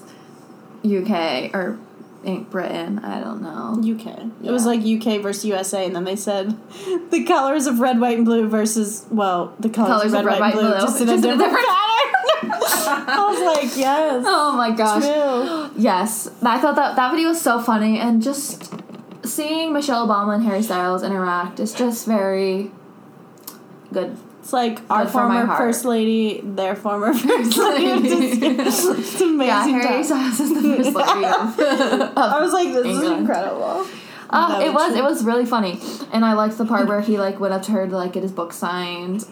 Speaker 2: U.K. or eh, Britain. I don't know.
Speaker 1: UK. It was
Speaker 2: Yeah.
Speaker 1: like UK versus USA, and then they said the colors of red, white, and blue versus well, the colors,
Speaker 2: Colors
Speaker 1: of red, white, and blue, just in a different. I was like, yes,
Speaker 2: Oh my gosh.
Speaker 1: true.
Speaker 2: Yes, I thought that that video was so funny and just seeing Michelle Obama and Harry Styles interact is just very good.
Speaker 1: It's like our
Speaker 2: Good for my
Speaker 1: former
Speaker 2: heart.
Speaker 1: first lady, their former first lady. It's just- it's amazing.
Speaker 2: Yeah, Harry
Speaker 1: time.
Speaker 2: Styles is the first lady of-
Speaker 1: I was like, this is
Speaker 2: England.
Speaker 1: incredible.
Speaker 2: Uh,
Speaker 1: No,
Speaker 2: it
Speaker 1: it's
Speaker 2: was.
Speaker 1: true.
Speaker 2: It was really funny, and I liked the part where he like went up to her to like get his book signed,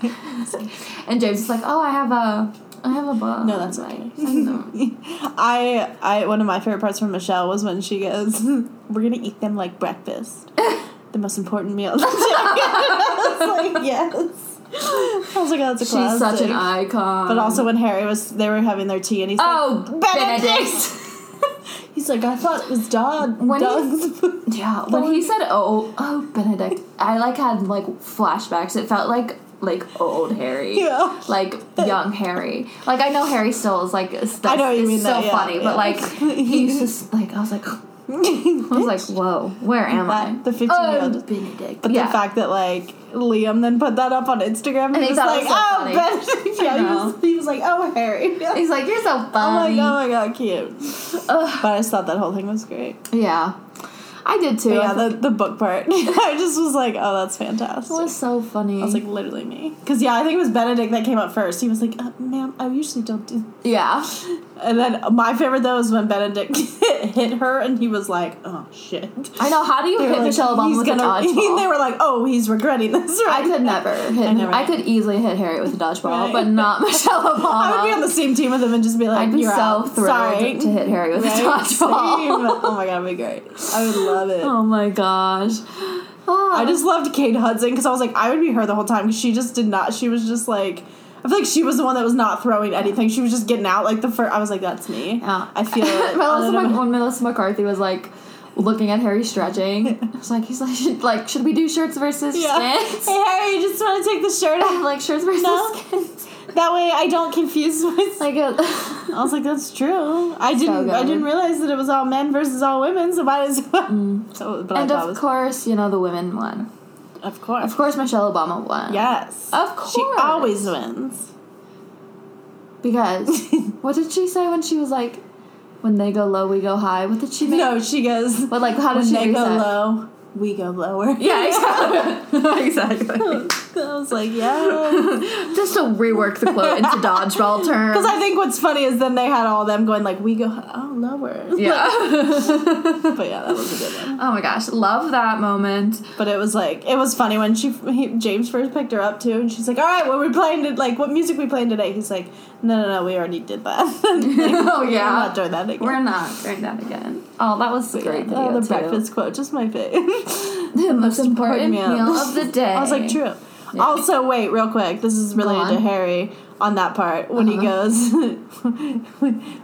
Speaker 2: and James is like, "Oh, I have a, I have a book."
Speaker 1: No, that's
Speaker 2: like,
Speaker 1: okay.
Speaker 2: I know.
Speaker 1: I I one of my favorite parts from Michelle was when she goes, "We're gonna eat them like breakfast, the most important meal." I was like, yes. I was like, oh, that's a
Speaker 2: She's
Speaker 1: classic.
Speaker 2: such an icon.
Speaker 1: But also when Harry was, they were having their tea, and he's
Speaker 2: oh,
Speaker 1: like,
Speaker 2: Benedict.
Speaker 1: He's like, I thought it was dog.
Speaker 2: When he-
Speaker 1: dogs.
Speaker 2: yeah, when he said, "Oh, oh, Benedict," I like had like flashbacks. It felt like like old Harry.
Speaker 1: Yeah.
Speaker 2: Like young Harry. Like I know Harry still is like is-
Speaker 1: I know what you
Speaker 2: is
Speaker 1: mean,
Speaker 2: so
Speaker 1: though, yeah,
Speaker 2: funny,
Speaker 1: yeah.
Speaker 2: but like he's just like I was like I was like, whoa, where am I?
Speaker 1: That- the 15-year-old.
Speaker 2: Oh, Benedict.
Speaker 1: But
Speaker 2: yeah.
Speaker 1: the fact that like Liam then put that up on Instagram,
Speaker 2: And
Speaker 1: he
Speaker 2: he
Speaker 1: was
Speaker 2: thought
Speaker 1: like,
Speaker 2: it was so
Speaker 1: oh,
Speaker 2: funny."
Speaker 1: Benedict. Yeah, he was,
Speaker 2: know.
Speaker 1: he was like, oh, Harry. Yeah.
Speaker 2: He's like, you're so
Speaker 1: I'm like, oh
Speaker 2: funny.
Speaker 1: my god, cute.
Speaker 2: Ugh.
Speaker 1: But I just thought that whole thing was great.
Speaker 2: Yeah. I did too.
Speaker 1: But
Speaker 2: I
Speaker 1: yeah,
Speaker 2: thought
Speaker 1: the, the book part. I just was like, oh, that's fantastic.
Speaker 2: it was so funny.
Speaker 1: I was like, literally me. Because, yeah, I think it was Benedict that came up first. He was like, uh, ma'am, I usually don't do.
Speaker 2: yeah.
Speaker 1: And then my favorite, though, is when Benedict hit her and he was like, oh, shit.
Speaker 2: I know. How do you
Speaker 1: They were
Speaker 2: hit
Speaker 1: like,
Speaker 2: Michelle Obama
Speaker 1: "He's
Speaker 2: with
Speaker 1: gonna,
Speaker 2: an dodgeball?
Speaker 1: They were like, oh, he's regretting this,
Speaker 2: I
Speaker 1: right?
Speaker 2: could never hit. I,
Speaker 1: know, right?
Speaker 2: could easily hit Harry with a dodgeball,
Speaker 1: Right.
Speaker 2: but not Michelle Obama.
Speaker 1: I would be on the same team with him and just be like,
Speaker 2: I'd be
Speaker 1: you're
Speaker 2: so
Speaker 1: out.
Speaker 2: thrilled
Speaker 1: Sorry.
Speaker 2: to hit Harry with
Speaker 1: Right?
Speaker 2: a
Speaker 1: Same.
Speaker 2: dodgeball.
Speaker 1: Oh my god, it'd be great. I would love it.
Speaker 2: Oh my gosh. Oh,
Speaker 1: I just loved Kate Hudson because I was like, I would be her the whole time because she just did not. She was just like, I feel like she was the one that was not throwing anything. She was just getting out like the first. I was like, that's me.
Speaker 2: Yeah.
Speaker 1: I feel it.
Speaker 2: Melissa
Speaker 1: I don't
Speaker 2: Mac-
Speaker 1: know.
Speaker 2: when Melissa McCarthy was like looking at Harry stretching, I was like, he's like, should, like, should we do shirts versus
Speaker 1: yeah.
Speaker 2: skins?
Speaker 1: Hey Harry, you just want to take the shirt off.
Speaker 2: like shirts versus
Speaker 1: No.
Speaker 2: skins.
Speaker 1: That way, I don't confuse myself.
Speaker 2: Like, it,
Speaker 1: I was like, that's true. I didn't. I
Speaker 2: good.
Speaker 1: didn't realize that it was all men versus all women. So might as well. So, but
Speaker 2: Mm. and
Speaker 1: I thought
Speaker 2: of course, you know the women won.
Speaker 1: it was, of course,
Speaker 2: Of course, Michelle Obama won.
Speaker 1: yes,
Speaker 2: Of
Speaker 1: She
Speaker 2: course.
Speaker 1: always wins.
Speaker 2: Because what did she say when she was like, when they go low, we go high? What did she make?
Speaker 1: No, she goes.
Speaker 2: But like, how did
Speaker 1: When
Speaker 2: she
Speaker 1: they
Speaker 2: do
Speaker 1: go
Speaker 2: that?
Speaker 1: low, we go lower.
Speaker 2: Yeah, exactly. exactly.
Speaker 1: I was like, yeah.
Speaker 2: Just to rework the quote into dodgeball terms.
Speaker 1: Because I think what's funny is then they had all them going like, we go oh, lower.
Speaker 2: yeah.
Speaker 1: Like, but yeah, that was a good one.
Speaker 2: Oh my gosh, love that moment.
Speaker 1: But it was like, it was funny when she he, James first picked her up too, and she's like, all right, what we playing? Did, like, what music we playing today? He's like, no, no, no, we already did that.
Speaker 2: oh
Speaker 1: We're not
Speaker 2: yeah,
Speaker 1: doing that again.
Speaker 2: we're not doing that again. Oh, that was a great video
Speaker 1: Oh, the
Speaker 2: too.
Speaker 1: breakfast quote, just my fave.
Speaker 2: the most important meal
Speaker 1: important meal.
Speaker 2: of the day.
Speaker 1: I was like, true. Also, wait, real quick. This is related to
Speaker 2: on. Uh-huh.
Speaker 1: Harry on that part when he goes,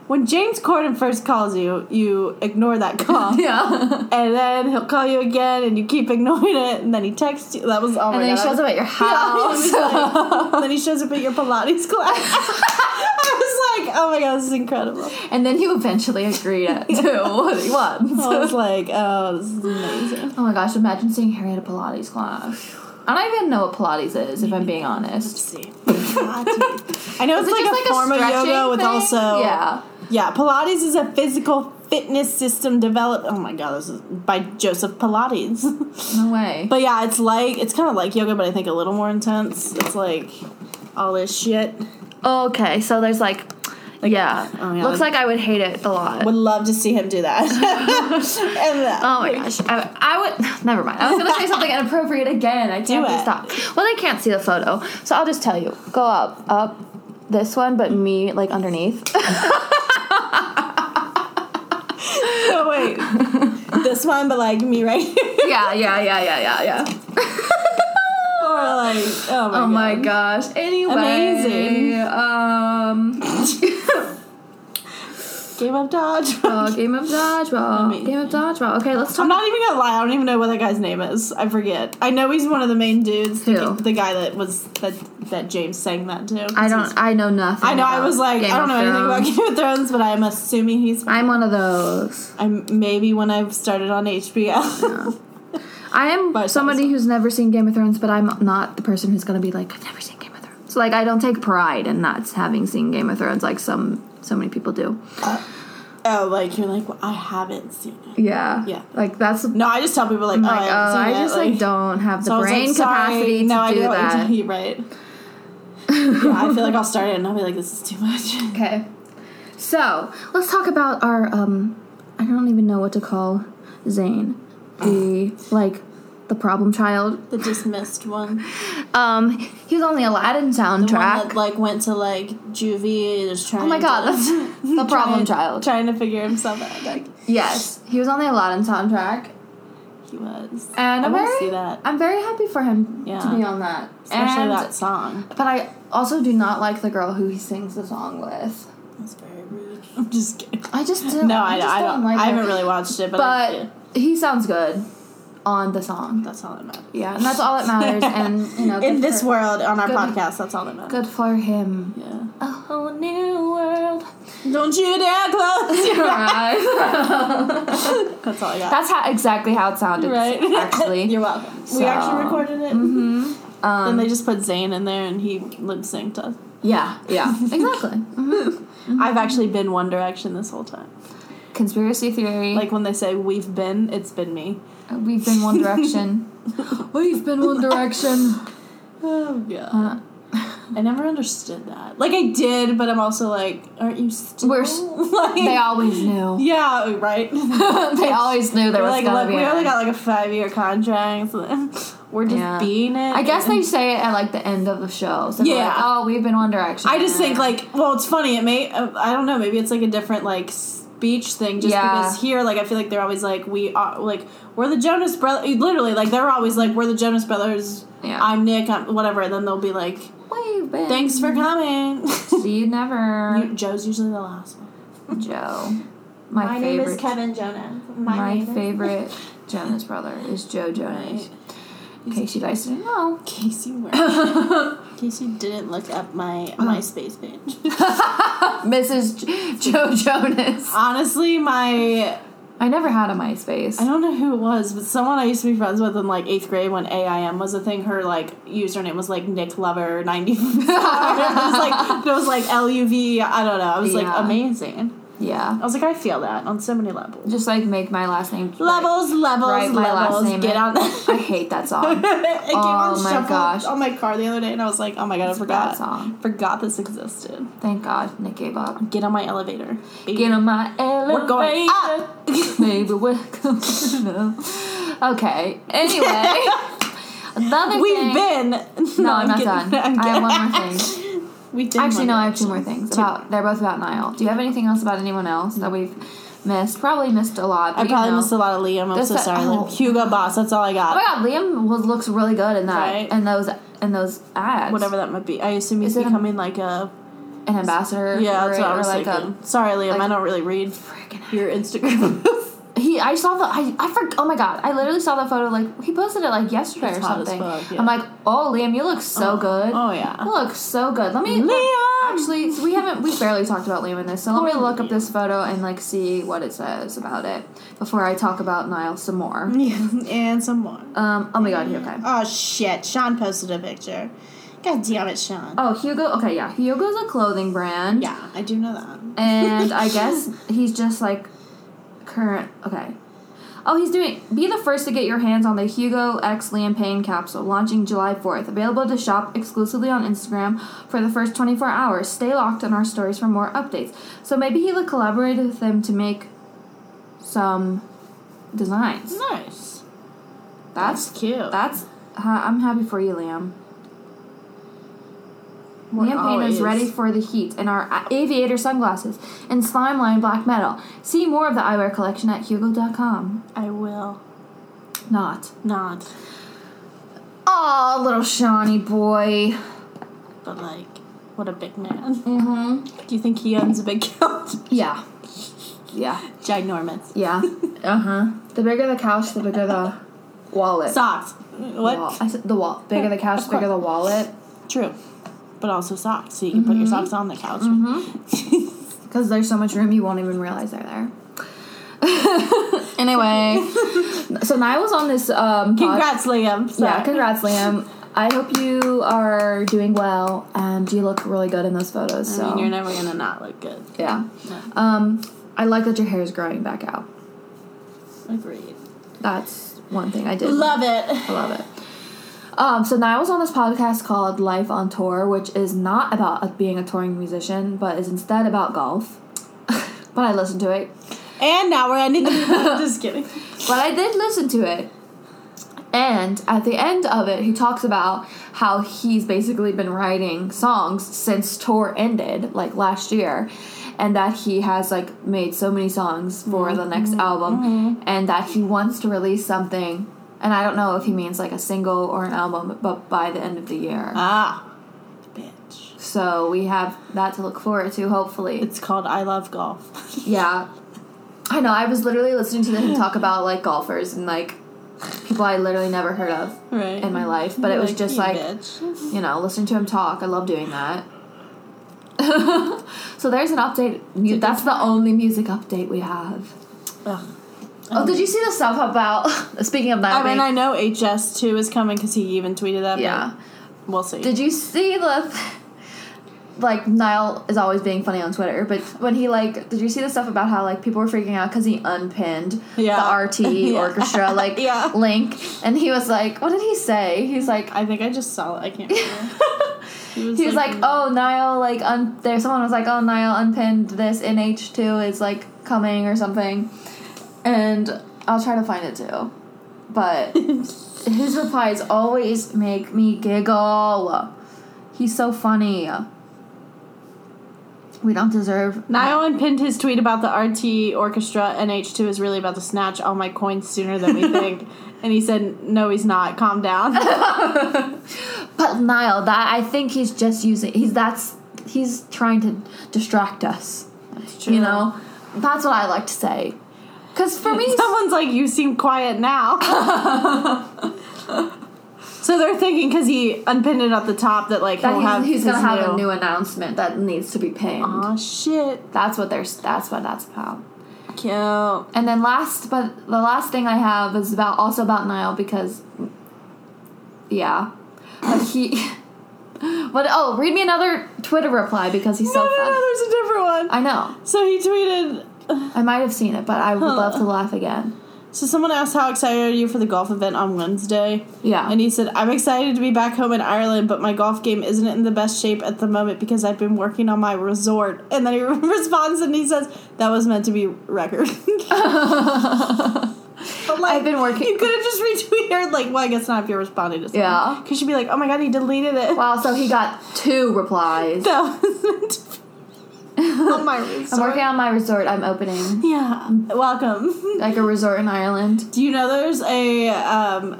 Speaker 1: when James Corden first calls you, you ignore that call,
Speaker 2: Yeah.
Speaker 1: and then he'll call you again, and you keep ignoring it, and then he texts you. That was oh all.
Speaker 2: And then he shows up at your house.
Speaker 1: then he shows up at your Pilates class. I was like, oh my god, this is incredible.
Speaker 2: and then you eventually agree to, to what he wants.
Speaker 1: I was like, oh, this is amazing.
Speaker 2: Oh my gosh, imagine seeing Harry at a Pilates class. I don't even know what Pilates is, if I'm being honest.
Speaker 1: See, Pilates. I know it's
Speaker 2: Is it
Speaker 1: like,
Speaker 2: just
Speaker 1: a form of
Speaker 2: stretching
Speaker 1: yoga with
Speaker 2: thing?
Speaker 1: also
Speaker 2: Yeah.
Speaker 1: Yeah, Pilates is a physical fitness system developed. Oh my god, this is by Joseph Pilates.
Speaker 2: No way.
Speaker 1: but yeah, it's like it's kind of like yoga, but I think a little more intense. It's like all this shit.
Speaker 2: okay, so there's like. yeah.
Speaker 1: oh, yeah,
Speaker 2: Looks
Speaker 1: like-
Speaker 2: like I would hate it a lot.
Speaker 1: Would love to see him do that. and uh,
Speaker 2: Oh my gosh. I, I would. Never mind. I was going to say something inappropriate again. I can't
Speaker 1: Do
Speaker 2: be
Speaker 1: it.
Speaker 2: stopped. Well, they can't see the photo. So I'll just tell you go up, up this one, but me like underneath.
Speaker 1: oh wait, this one, but like me right here,
Speaker 2: yeah, yeah, yeah, yeah, yeah, yeah.
Speaker 1: or like oh my
Speaker 2: Oh
Speaker 1: god.
Speaker 2: my gosh. Anyway.
Speaker 1: Amazing.
Speaker 2: Um.
Speaker 1: Game of dodge.
Speaker 2: Oh, game of dodgeball.
Speaker 1: mean-
Speaker 2: Game of dodgeball. Okay, let's talk.
Speaker 1: I'm not even gonna lie. I don't even know what that guy's name is. I forget. I know he's one of the main dudes.
Speaker 2: Who?
Speaker 1: The, the guy that was that that James sang that to. 'cause
Speaker 2: I
Speaker 1: he's
Speaker 2: don't. I know nothing.
Speaker 1: I know. I
Speaker 2: about
Speaker 1: was like,
Speaker 2: Game
Speaker 1: I don't
Speaker 2: of
Speaker 1: know anything about
Speaker 2: Thrones.
Speaker 1: Game of Thrones, but I'm assuming he's.
Speaker 2: I'm one of those.
Speaker 1: I'm maybe when I've started on HBO.
Speaker 2: I am
Speaker 1: But it's
Speaker 2: somebody who's never seen Game of Thrones, but I'm not the person who's gonna be like, I've never seen Game of Thrones. Like, I don't take pride in not having seen Game of Thrones, like some so many people do.
Speaker 1: oh, like you're like well, I haven't seen it.
Speaker 2: Yeah.
Speaker 1: Yeah.
Speaker 2: Like that's
Speaker 1: No, I just tell people like,
Speaker 2: like,
Speaker 1: oh, I,
Speaker 2: oh,
Speaker 1: haven't
Speaker 2: I
Speaker 1: seen it,
Speaker 2: just like don't have the
Speaker 1: So I was
Speaker 2: brain
Speaker 1: like, sorry,
Speaker 2: capacity to
Speaker 1: no, I
Speaker 2: do
Speaker 1: know what you're
Speaker 2: that.
Speaker 1: doing, right. yeah, I feel like I'll start it and I'll be like, this is too much.
Speaker 2: Okay. So let's talk about our um I don't even know what to call Zane. The like the problem child.
Speaker 1: The dismissed one, the
Speaker 2: Um he was on the Aladdin
Speaker 1: one that
Speaker 2: soundtrack.
Speaker 1: like went to like juvie, just trying.
Speaker 2: Oh my god,
Speaker 1: to,
Speaker 2: that's the
Speaker 1: trying,
Speaker 2: problem child.
Speaker 1: trying to figure himself out. Like
Speaker 2: Yes. He was on the Aladdin soundtrack.
Speaker 1: he was.
Speaker 2: And
Speaker 1: I
Speaker 2: I'm
Speaker 1: wanna
Speaker 2: very,
Speaker 1: see that.
Speaker 2: I'm very happy for him to
Speaker 1: Yeah.
Speaker 2: be on that.
Speaker 1: Especially
Speaker 2: and,
Speaker 1: that song.
Speaker 2: But I also do not like the girl who he sings the song with.
Speaker 1: That's very rude. I'm just kidding.
Speaker 2: I just don't,
Speaker 1: No, I,
Speaker 2: just
Speaker 1: I don't.
Speaker 2: like
Speaker 1: I
Speaker 2: her.
Speaker 1: haven't really watched it, but, I-
Speaker 2: But he sounds good on the song.
Speaker 1: that's all that matters.
Speaker 2: Yeah, and that's all that matters. and you know,
Speaker 1: In
Speaker 2: good
Speaker 1: this
Speaker 2: for,
Speaker 1: world, on our
Speaker 2: good-
Speaker 1: podcast, that's all that matters.
Speaker 2: good for him.
Speaker 1: Yeah.
Speaker 2: A whole new world.
Speaker 1: Don't you dare close your
Speaker 2: that's
Speaker 1: That's all I got.
Speaker 2: how exactly how it sounded.
Speaker 1: right.
Speaker 2: Actually,
Speaker 1: You're welcome. we
Speaker 2: So-
Speaker 1: actually recorded it.
Speaker 2: um,
Speaker 1: And they just put Zayn in there and he lip synced us.
Speaker 2: yeah, yeah, exactly. Mm-hmm.
Speaker 1: I've actually been One Direction this whole time.
Speaker 2: Conspiracy theory.
Speaker 1: Like when they say we've been, it's been me.
Speaker 2: we've been One Direction. we've been One Direction.
Speaker 1: Oh god.
Speaker 2: Uh,
Speaker 1: I never understood that. Like I did, but I'm also like, aren't you still
Speaker 2: We're s-
Speaker 1: like
Speaker 2: they always knew.
Speaker 1: Yeah, right.
Speaker 2: they always knew there
Speaker 1: They're
Speaker 2: was
Speaker 1: like,
Speaker 2: gonna
Speaker 1: look,
Speaker 2: be.
Speaker 1: we
Speaker 2: an
Speaker 1: only
Speaker 2: end."
Speaker 1: got like a five year contract. so We're just
Speaker 2: Yeah.
Speaker 1: being it.
Speaker 2: I guess they say it at like the end of the show. So yeah.
Speaker 1: Yeah.
Speaker 2: Like, oh, we've been One Direction.
Speaker 1: I just think like, well, it's funny. It may. uh, I don't know. Maybe it's like a different like speech thing. Just
Speaker 2: Yeah.
Speaker 1: because here, like, I feel like they're always like, we are like, we're the Jonas Brothers. Literally, like, they're always like, we're the Jonas Brothers.
Speaker 2: Yeah.
Speaker 1: I'm Nick. I'm whatever. And then they'll be like,
Speaker 2: we've been.
Speaker 1: thanks for coming.
Speaker 2: See you never.
Speaker 1: You- Joe's usually the last one.
Speaker 2: Joe. My, favorite.
Speaker 1: Jonas.
Speaker 2: My, favorite Jonas brother is Joe Jonas.
Speaker 1: Right.
Speaker 2: In case you guys didn't know.
Speaker 1: Casey were. Casey didn't look up my
Speaker 2: Uh-huh.
Speaker 1: MySpace page.
Speaker 2: Mrs. J- Joe Jonas.
Speaker 1: Honestly, my
Speaker 2: I never had a MySpace.
Speaker 1: I don't know who it was, but someone I used to be friends with in like eighth grade when AIM was a thing. Her like username was like Nick Lover ninety. it was like it was like L U V. I don't know. I was
Speaker 2: Yeah.
Speaker 1: like amazing.
Speaker 2: Yeah.
Speaker 1: I was like, I feel that on so many levels.
Speaker 2: Just like make my last name.
Speaker 1: Levels, levels,
Speaker 2: Right, my
Speaker 1: levels.
Speaker 2: last name.
Speaker 1: Get on.
Speaker 2: I hate that song.
Speaker 1: it came
Speaker 2: Oh
Speaker 1: on
Speaker 2: my
Speaker 1: shuffle
Speaker 2: gosh.
Speaker 1: on my car the other day, and I was like, oh my god,
Speaker 2: It's
Speaker 1: I
Speaker 2: a bad
Speaker 1: forgot.
Speaker 2: song.
Speaker 1: Forgot this existed.
Speaker 2: Thank God Nick gave up.
Speaker 1: Get on my elevator. baby.
Speaker 2: Get on my elevator.
Speaker 1: We're going up.
Speaker 2: Maybe we're coming up. Okay. Anyway. Another
Speaker 1: We've
Speaker 2: thing.
Speaker 1: been.
Speaker 2: No, I'm, not
Speaker 1: kidding.
Speaker 2: done.
Speaker 1: I'm
Speaker 2: i have one more
Speaker 1: kidding.
Speaker 2: thing.
Speaker 1: we did.
Speaker 2: Actually,
Speaker 1: one
Speaker 2: no, I
Speaker 1: more.
Speaker 2: have two more things. About they're both about Niall. Do you have anything else about anyone else that we've missed? Probably missed a lot.
Speaker 1: I
Speaker 2: but you
Speaker 1: probably
Speaker 2: know.
Speaker 1: missed a lot of Liam. I'm
Speaker 2: This
Speaker 1: so
Speaker 2: fe-
Speaker 1: sorry.
Speaker 2: oh.
Speaker 1: Hugo Boss. That's all I
Speaker 2: Oh
Speaker 1: got.
Speaker 2: my God, Liam was, looks really good in that
Speaker 1: Right.
Speaker 2: and those and those ads.
Speaker 1: Whatever that might be. I assume he's
Speaker 2: Is it a-
Speaker 1: becoming like a.
Speaker 2: an ambassador.
Speaker 1: Yeah,
Speaker 2: for
Speaker 1: that's
Speaker 2: it,
Speaker 1: what I
Speaker 2: or
Speaker 1: was
Speaker 2: like
Speaker 1: thinking. sorry, Liam.
Speaker 2: like
Speaker 1: I
Speaker 2: a-
Speaker 1: don't really read
Speaker 2: a freaking.
Speaker 1: your Instagram.
Speaker 2: He, I saw the, I, I forgot. Oh my god, I literally saw the photo. Like he posted it like yesterday
Speaker 1: It's
Speaker 2: or
Speaker 1: hot as
Speaker 2: something.
Speaker 1: fuck, yeah.
Speaker 2: I'm like, oh Liam, you look so good.
Speaker 1: oh yeah.
Speaker 2: You look so good. Let me
Speaker 1: Liam!
Speaker 2: Actually, we haven't. We barely talked about Liam in this, so let me
Speaker 1: Poor
Speaker 2: look up
Speaker 1: Liam.
Speaker 2: this photo and like see what it says about it before I talk about Niall some more.
Speaker 1: Yeah, and some more.
Speaker 2: Um. Oh my god. you Okay.
Speaker 1: Oh shit! Sean posted a picture. God damn it, Sean.
Speaker 2: Oh, Hugo. Okay, yeah. Hugo's a clothing brand.
Speaker 1: Yeah, I do know that.
Speaker 2: And I guess he's just like current. Okay. Oh, he's doing. Be the first to get your hands on the Hugo X Lampagne capsule, launching July 4th. Available to shop exclusively on Instagram for the first 24 hours. Stay locked on our stories for more updates. So maybe he like, collaborated with them to make some designs.
Speaker 1: Nice.
Speaker 2: That's
Speaker 1: cute.
Speaker 2: that's. ha- I'm happy for you, Liam.
Speaker 1: We're
Speaker 2: Liam Payne
Speaker 1: always-
Speaker 2: is ready for the heat in our a- aviator sunglasses and slime line black metal. See more of the eyewear collection at Hugo.com.
Speaker 1: I will
Speaker 2: Not.
Speaker 1: not,
Speaker 2: Aw, little Shawnee boy.
Speaker 1: but like, what a big man.
Speaker 2: Mm-hmm.
Speaker 1: Do you think he owns a big couch?
Speaker 2: Yeah. Yeah.
Speaker 1: Ginormous.
Speaker 2: Yeah. uh-huh. The bigger the couch, the bigger the wallet.
Speaker 1: Socks.
Speaker 2: The
Speaker 1: What?
Speaker 2: wall- I said the wall. Bigger the couch, the bigger the wallet.
Speaker 1: True. But also socks, so you can put
Speaker 2: Mm-hmm.
Speaker 1: your socks on the couch.
Speaker 2: Because there's so much room, you won't even realize they're there. anyway, so Niall was on this um, pod-
Speaker 1: Congrats, Liam. Sorry.
Speaker 2: Yeah, congrats, Liam. I hope you are doing well, and you look really good in those photos.
Speaker 1: I
Speaker 2: So
Speaker 1: mean, you're never gonna not look good.
Speaker 2: yeah, um, I like that your hair is growing back out.
Speaker 1: Agreed.
Speaker 2: That's one thing I did.
Speaker 1: Love it.
Speaker 2: I love it. Um, so Niall was on this podcast called Life on Tour, which is not about being a touring musician, but is instead about golf. but I listened to it.
Speaker 1: And now we're ending. The- Just kidding.
Speaker 2: But I did listen to it. And at the end of it, he talks about how he's basically been writing songs since tour ended, like last year, and that he has like made so many songs for the next album, and that he wants to release something. And I don't know if he means like a single or an album, but by the end of the year.
Speaker 1: Ah, bitch.
Speaker 2: so we have that to look forward to, hopefully.
Speaker 1: It's called I Love Golf.
Speaker 2: Yeah. I know, I was literally listening to them talk about like golfers and like people I literally never heard of
Speaker 1: Right.
Speaker 2: in my life. But it was just
Speaker 1: you
Speaker 2: Mm-hmm. like,
Speaker 1: bitch.
Speaker 2: you know, listening to him talk. I love doing that. so there's an update. Mu- That's the only music update we have.
Speaker 1: Ugh.
Speaker 2: Oh, did you see the stuff about speaking of
Speaker 1: I
Speaker 2: that?
Speaker 1: mean, I know HS2 is coming because he even tweeted that. but
Speaker 2: yeah.
Speaker 1: We'll see.
Speaker 2: Did you see the like Niall is always being funny on Twitter, but when he like, did you see the stuff about how like people were freaking out because he unpinned
Speaker 1: Yeah.
Speaker 2: the RT
Speaker 1: Yeah.
Speaker 2: orchestra like
Speaker 1: Yeah.
Speaker 2: link, and he was like, what did he say? He's like.
Speaker 1: I think I just saw it. I can't remember. he was,
Speaker 2: He was like, "Oh, Niall, like, un- there." Someone was like, "Oh, Niall unpinned this NH two is like coming or something," and I'll try to find it too. But his replies always make me giggle. He's so funny. We don't deserve.
Speaker 1: Niall unpinned his tweet about the RT Orchestra NH2 is really about to snatch all my coins sooner than we think. And he said, no, he's not. Calm down.
Speaker 2: But Niall, that I think he's just using. He's that's he's trying to distract us. You know, that's what I like to say. Cause for me,
Speaker 1: Someone's like, you seem quiet now. so they're thinking because he unpinned it at the top that like
Speaker 2: that
Speaker 1: he'll
Speaker 2: he's,
Speaker 1: have
Speaker 2: he's gonna
Speaker 1: his
Speaker 2: have a new announcement that needs to be pinned.
Speaker 1: Aw, shit.
Speaker 2: That's what there's. That's what that's about.
Speaker 1: Cute.
Speaker 2: And then last, but the last thing I have is about also about Niall because, yeah, but he. But oh, read me another Twitter reply because he's
Speaker 1: No,
Speaker 2: so
Speaker 1: no,
Speaker 2: funny.
Speaker 1: no, there's a different one.
Speaker 2: I know.
Speaker 1: so he tweeted.
Speaker 2: I might have seen it, but I would love to laugh again.
Speaker 1: So someone asked, "How excited are you for the golf event on Wednesday?"
Speaker 2: Yeah.
Speaker 1: And he said, I'm excited to be back home in Ireland, but my golf game isn't in the best shape at the moment because I've been working on my resort. And then he responds and he says, That was meant to be record. But like,
Speaker 2: I've been working-
Speaker 1: You could have just retweeted, like, well, I guess not if you're responding to something.
Speaker 2: Yeah.
Speaker 1: Because you'd be like, oh my god, he deleted it.
Speaker 2: wow, so he got two replies.
Speaker 1: That was meant to be on my resort.
Speaker 2: I'm working on my resort. I'm opening
Speaker 1: yeah. Welcome.
Speaker 2: like a resort in Ireland.
Speaker 1: Do you know there's a um,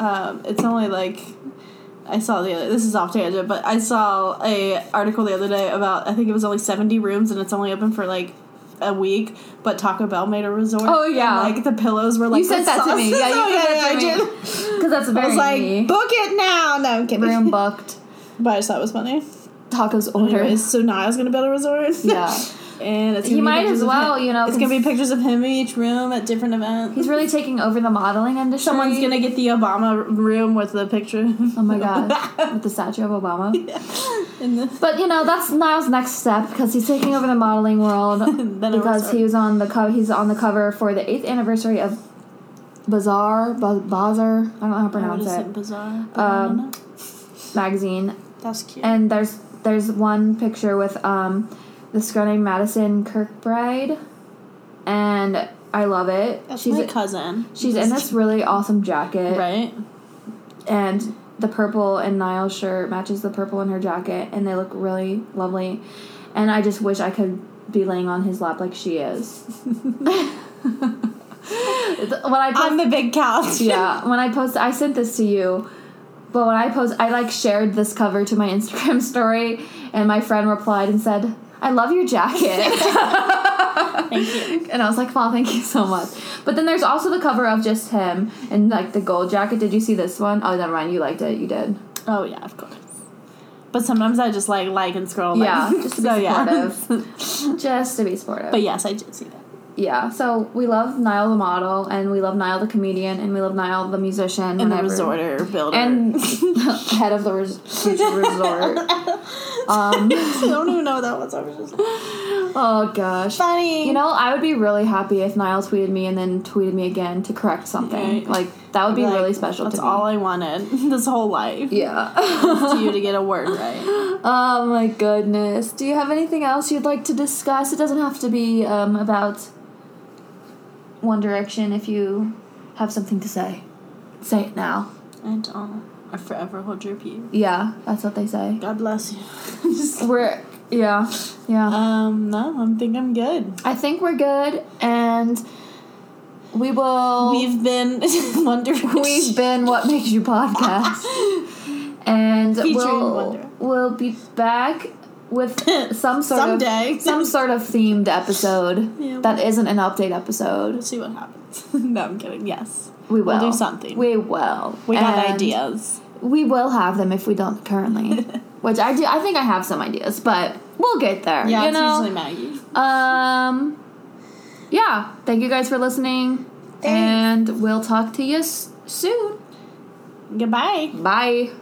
Speaker 1: um, it's only like I saw the other. This is off tangent, but I saw a article the other day about I think it was only seventy rooms and it's only open for like a week. But Taco Bell made a resort.
Speaker 2: Oh, yeah.
Speaker 1: and, like the pillows were like
Speaker 2: You sent
Speaker 1: the
Speaker 2: that to me.
Speaker 1: sauces.
Speaker 2: Yeah, you
Speaker 1: Oh,
Speaker 2: sent
Speaker 1: yeah, I did.
Speaker 2: that to me. Because that's
Speaker 1: I
Speaker 2: very
Speaker 1: was like,
Speaker 2: me.
Speaker 1: book it now. No, I'm kidding.
Speaker 2: room booked.
Speaker 1: But I just thought it was funny.
Speaker 2: Tacos ordered.
Speaker 1: Anyways, so Niall's gonna build a resort.
Speaker 2: Yeah.
Speaker 1: and it's
Speaker 2: He
Speaker 1: gonna be
Speaker 2: might
Speaker 1: pictures
Speaker 2: as
Speaker 1: of
Speaker 2: well,
Speaker 1: him-
Speaker 2: you know,
Speaker 1: It's gonna be
Speaker 2: cons-
Speaker 1: pictures of him in each room at different events.
Speaker 2: He's really taking over the modeling industry.
Speaker 1: Someone's gonna get the Obama room with the picture.
Speaker 2: Oh my god, with the statue of Obama.
Speaker 1: In the,
Speaker 2: But you know that's Niall's next step because he's taking over the modeling world
Speaker 1: Then it
Speaker 2: because
Speaker 1: was-
Speaker 2: he was on the co- he's on the cover for the eighth anniversary of Bazaar Ba- Bazaar I don't know how to
Speaker 1: I would
Speaker 2: pronounce
Speaker 1: have
Speaker 2: it
Speaker 1: said bizarre. but I don't
Speaker 2: Um,
Speaker 1: know.
Speaker 2: magazine
Speaker 1: That's cute.
Speaker 2: and there's there's one picture with um this girl named Madison Kirkbride and I love it
Speaker 1: That's
Speaker 2: she's
Speaker 1: my cousin.
Speaker 2: she's in this really awesome jacket
Speaker 1: Right?
Speaker 2: and the purple and Niall shirt matches the purple in her jacket, and they look really lovely. And I just wish I could be laying on his lap like she is. when I post,
Speaker 1: On the big couch.
Speaker 2: yeah, when I post, I sent this to you, but when I post, I like shared this cover to my Instagram story, and my friend replied and said, "I love your jacket."
Speaker 1: Thank you.
Speaker 2: and I was like, "Wow, thank you so much." But then there's also the cover of just him and like the gold jacket. Did you see this one? Oh, never mind. You liked it. You did.
Speaker 1: Oh, yeah, of course. But sometimes I just like like and scroll. Like,
Speaker 2: Yeah, just to be
Speaker 1: Oh, so, yeah.
Speaker 2: supportive. just to be supportive.
Speaker 1: But yes, I did see that.
Speaker 2: yeah, so we love Niall the model, and we love Niall the comedian, and we love Niall the musician,
Speaker 1: And
Speaker 2: whenever-
Speaker 1: the resorter builder.
Speaker 2: and head of the res- future resort. Um,
Speaker 1: I don't even know what that was. I was just
Speaker 2: oh gosh.
Speaker 1: funny.
Speaker 2: You know, I would be really happy if Niall tweeted me and then tweeted me again to correct something.
Speaker 1: Right.
Speaker 2: Like that would be
Speaker 1: Like,
Speaker 2: really special.
Speaker 1: That's
Speaker 2: to
Speaker 1: all
Speaker 2: Me.
Speaker 1: I wanted this whole life.
Speaker 2: yeah.
Speaker 1: To you to get a word right.
Speaker 2: Oh my goodness. Do you have anything else you'd like to discuss? It doesn't have to be um, about One Direction if you have something to say. Say it now.
Speaker 1: And um, I forever hold your peace.
Speaker 2: Yeah, that's what they say.
Speaker 1: God bless you. Just-
Speaker 2: We're, yeah, yeah.
Speaker 1: um, no, I think I'm good.
Speaker 2: I think we're good and we will.
Speaker 1: We've been wondering.
Speaker 2: We've been What Makes You Podcast. and
Speaker 1: Featuring Wonder.
Speaker 2: we'll, we'll be back with some sort of.
Speaker 1: someday.
Speaker 2: Some sort of themed episode
Speaker 1: Yeah,
Speaker 2: that isn't an update episode.
Speaker 1: We'll see what happens. no, I'm kidding. Yes,
Speaker 2: We will
Speaker 1: We'll do something.
Speaker 2: We will.
Speaker 1: we got
Speaker 2: And
Speaker 1: ideas.
Speaker 2: We will have them if we don't currently. Which I do. I think I have some ideas, but we'll get there.
Speaker 1: Yeah,
Speaker 2: you
Speaker 1: it's
Speaker 2: know.
Speaker 1: usually Maggie.
Speaker 2: um. Yeah. Thank you guys for listening, and we'll talk to you s- soon.
Speaker 1: Goodbye.
Speaker 2: Bye.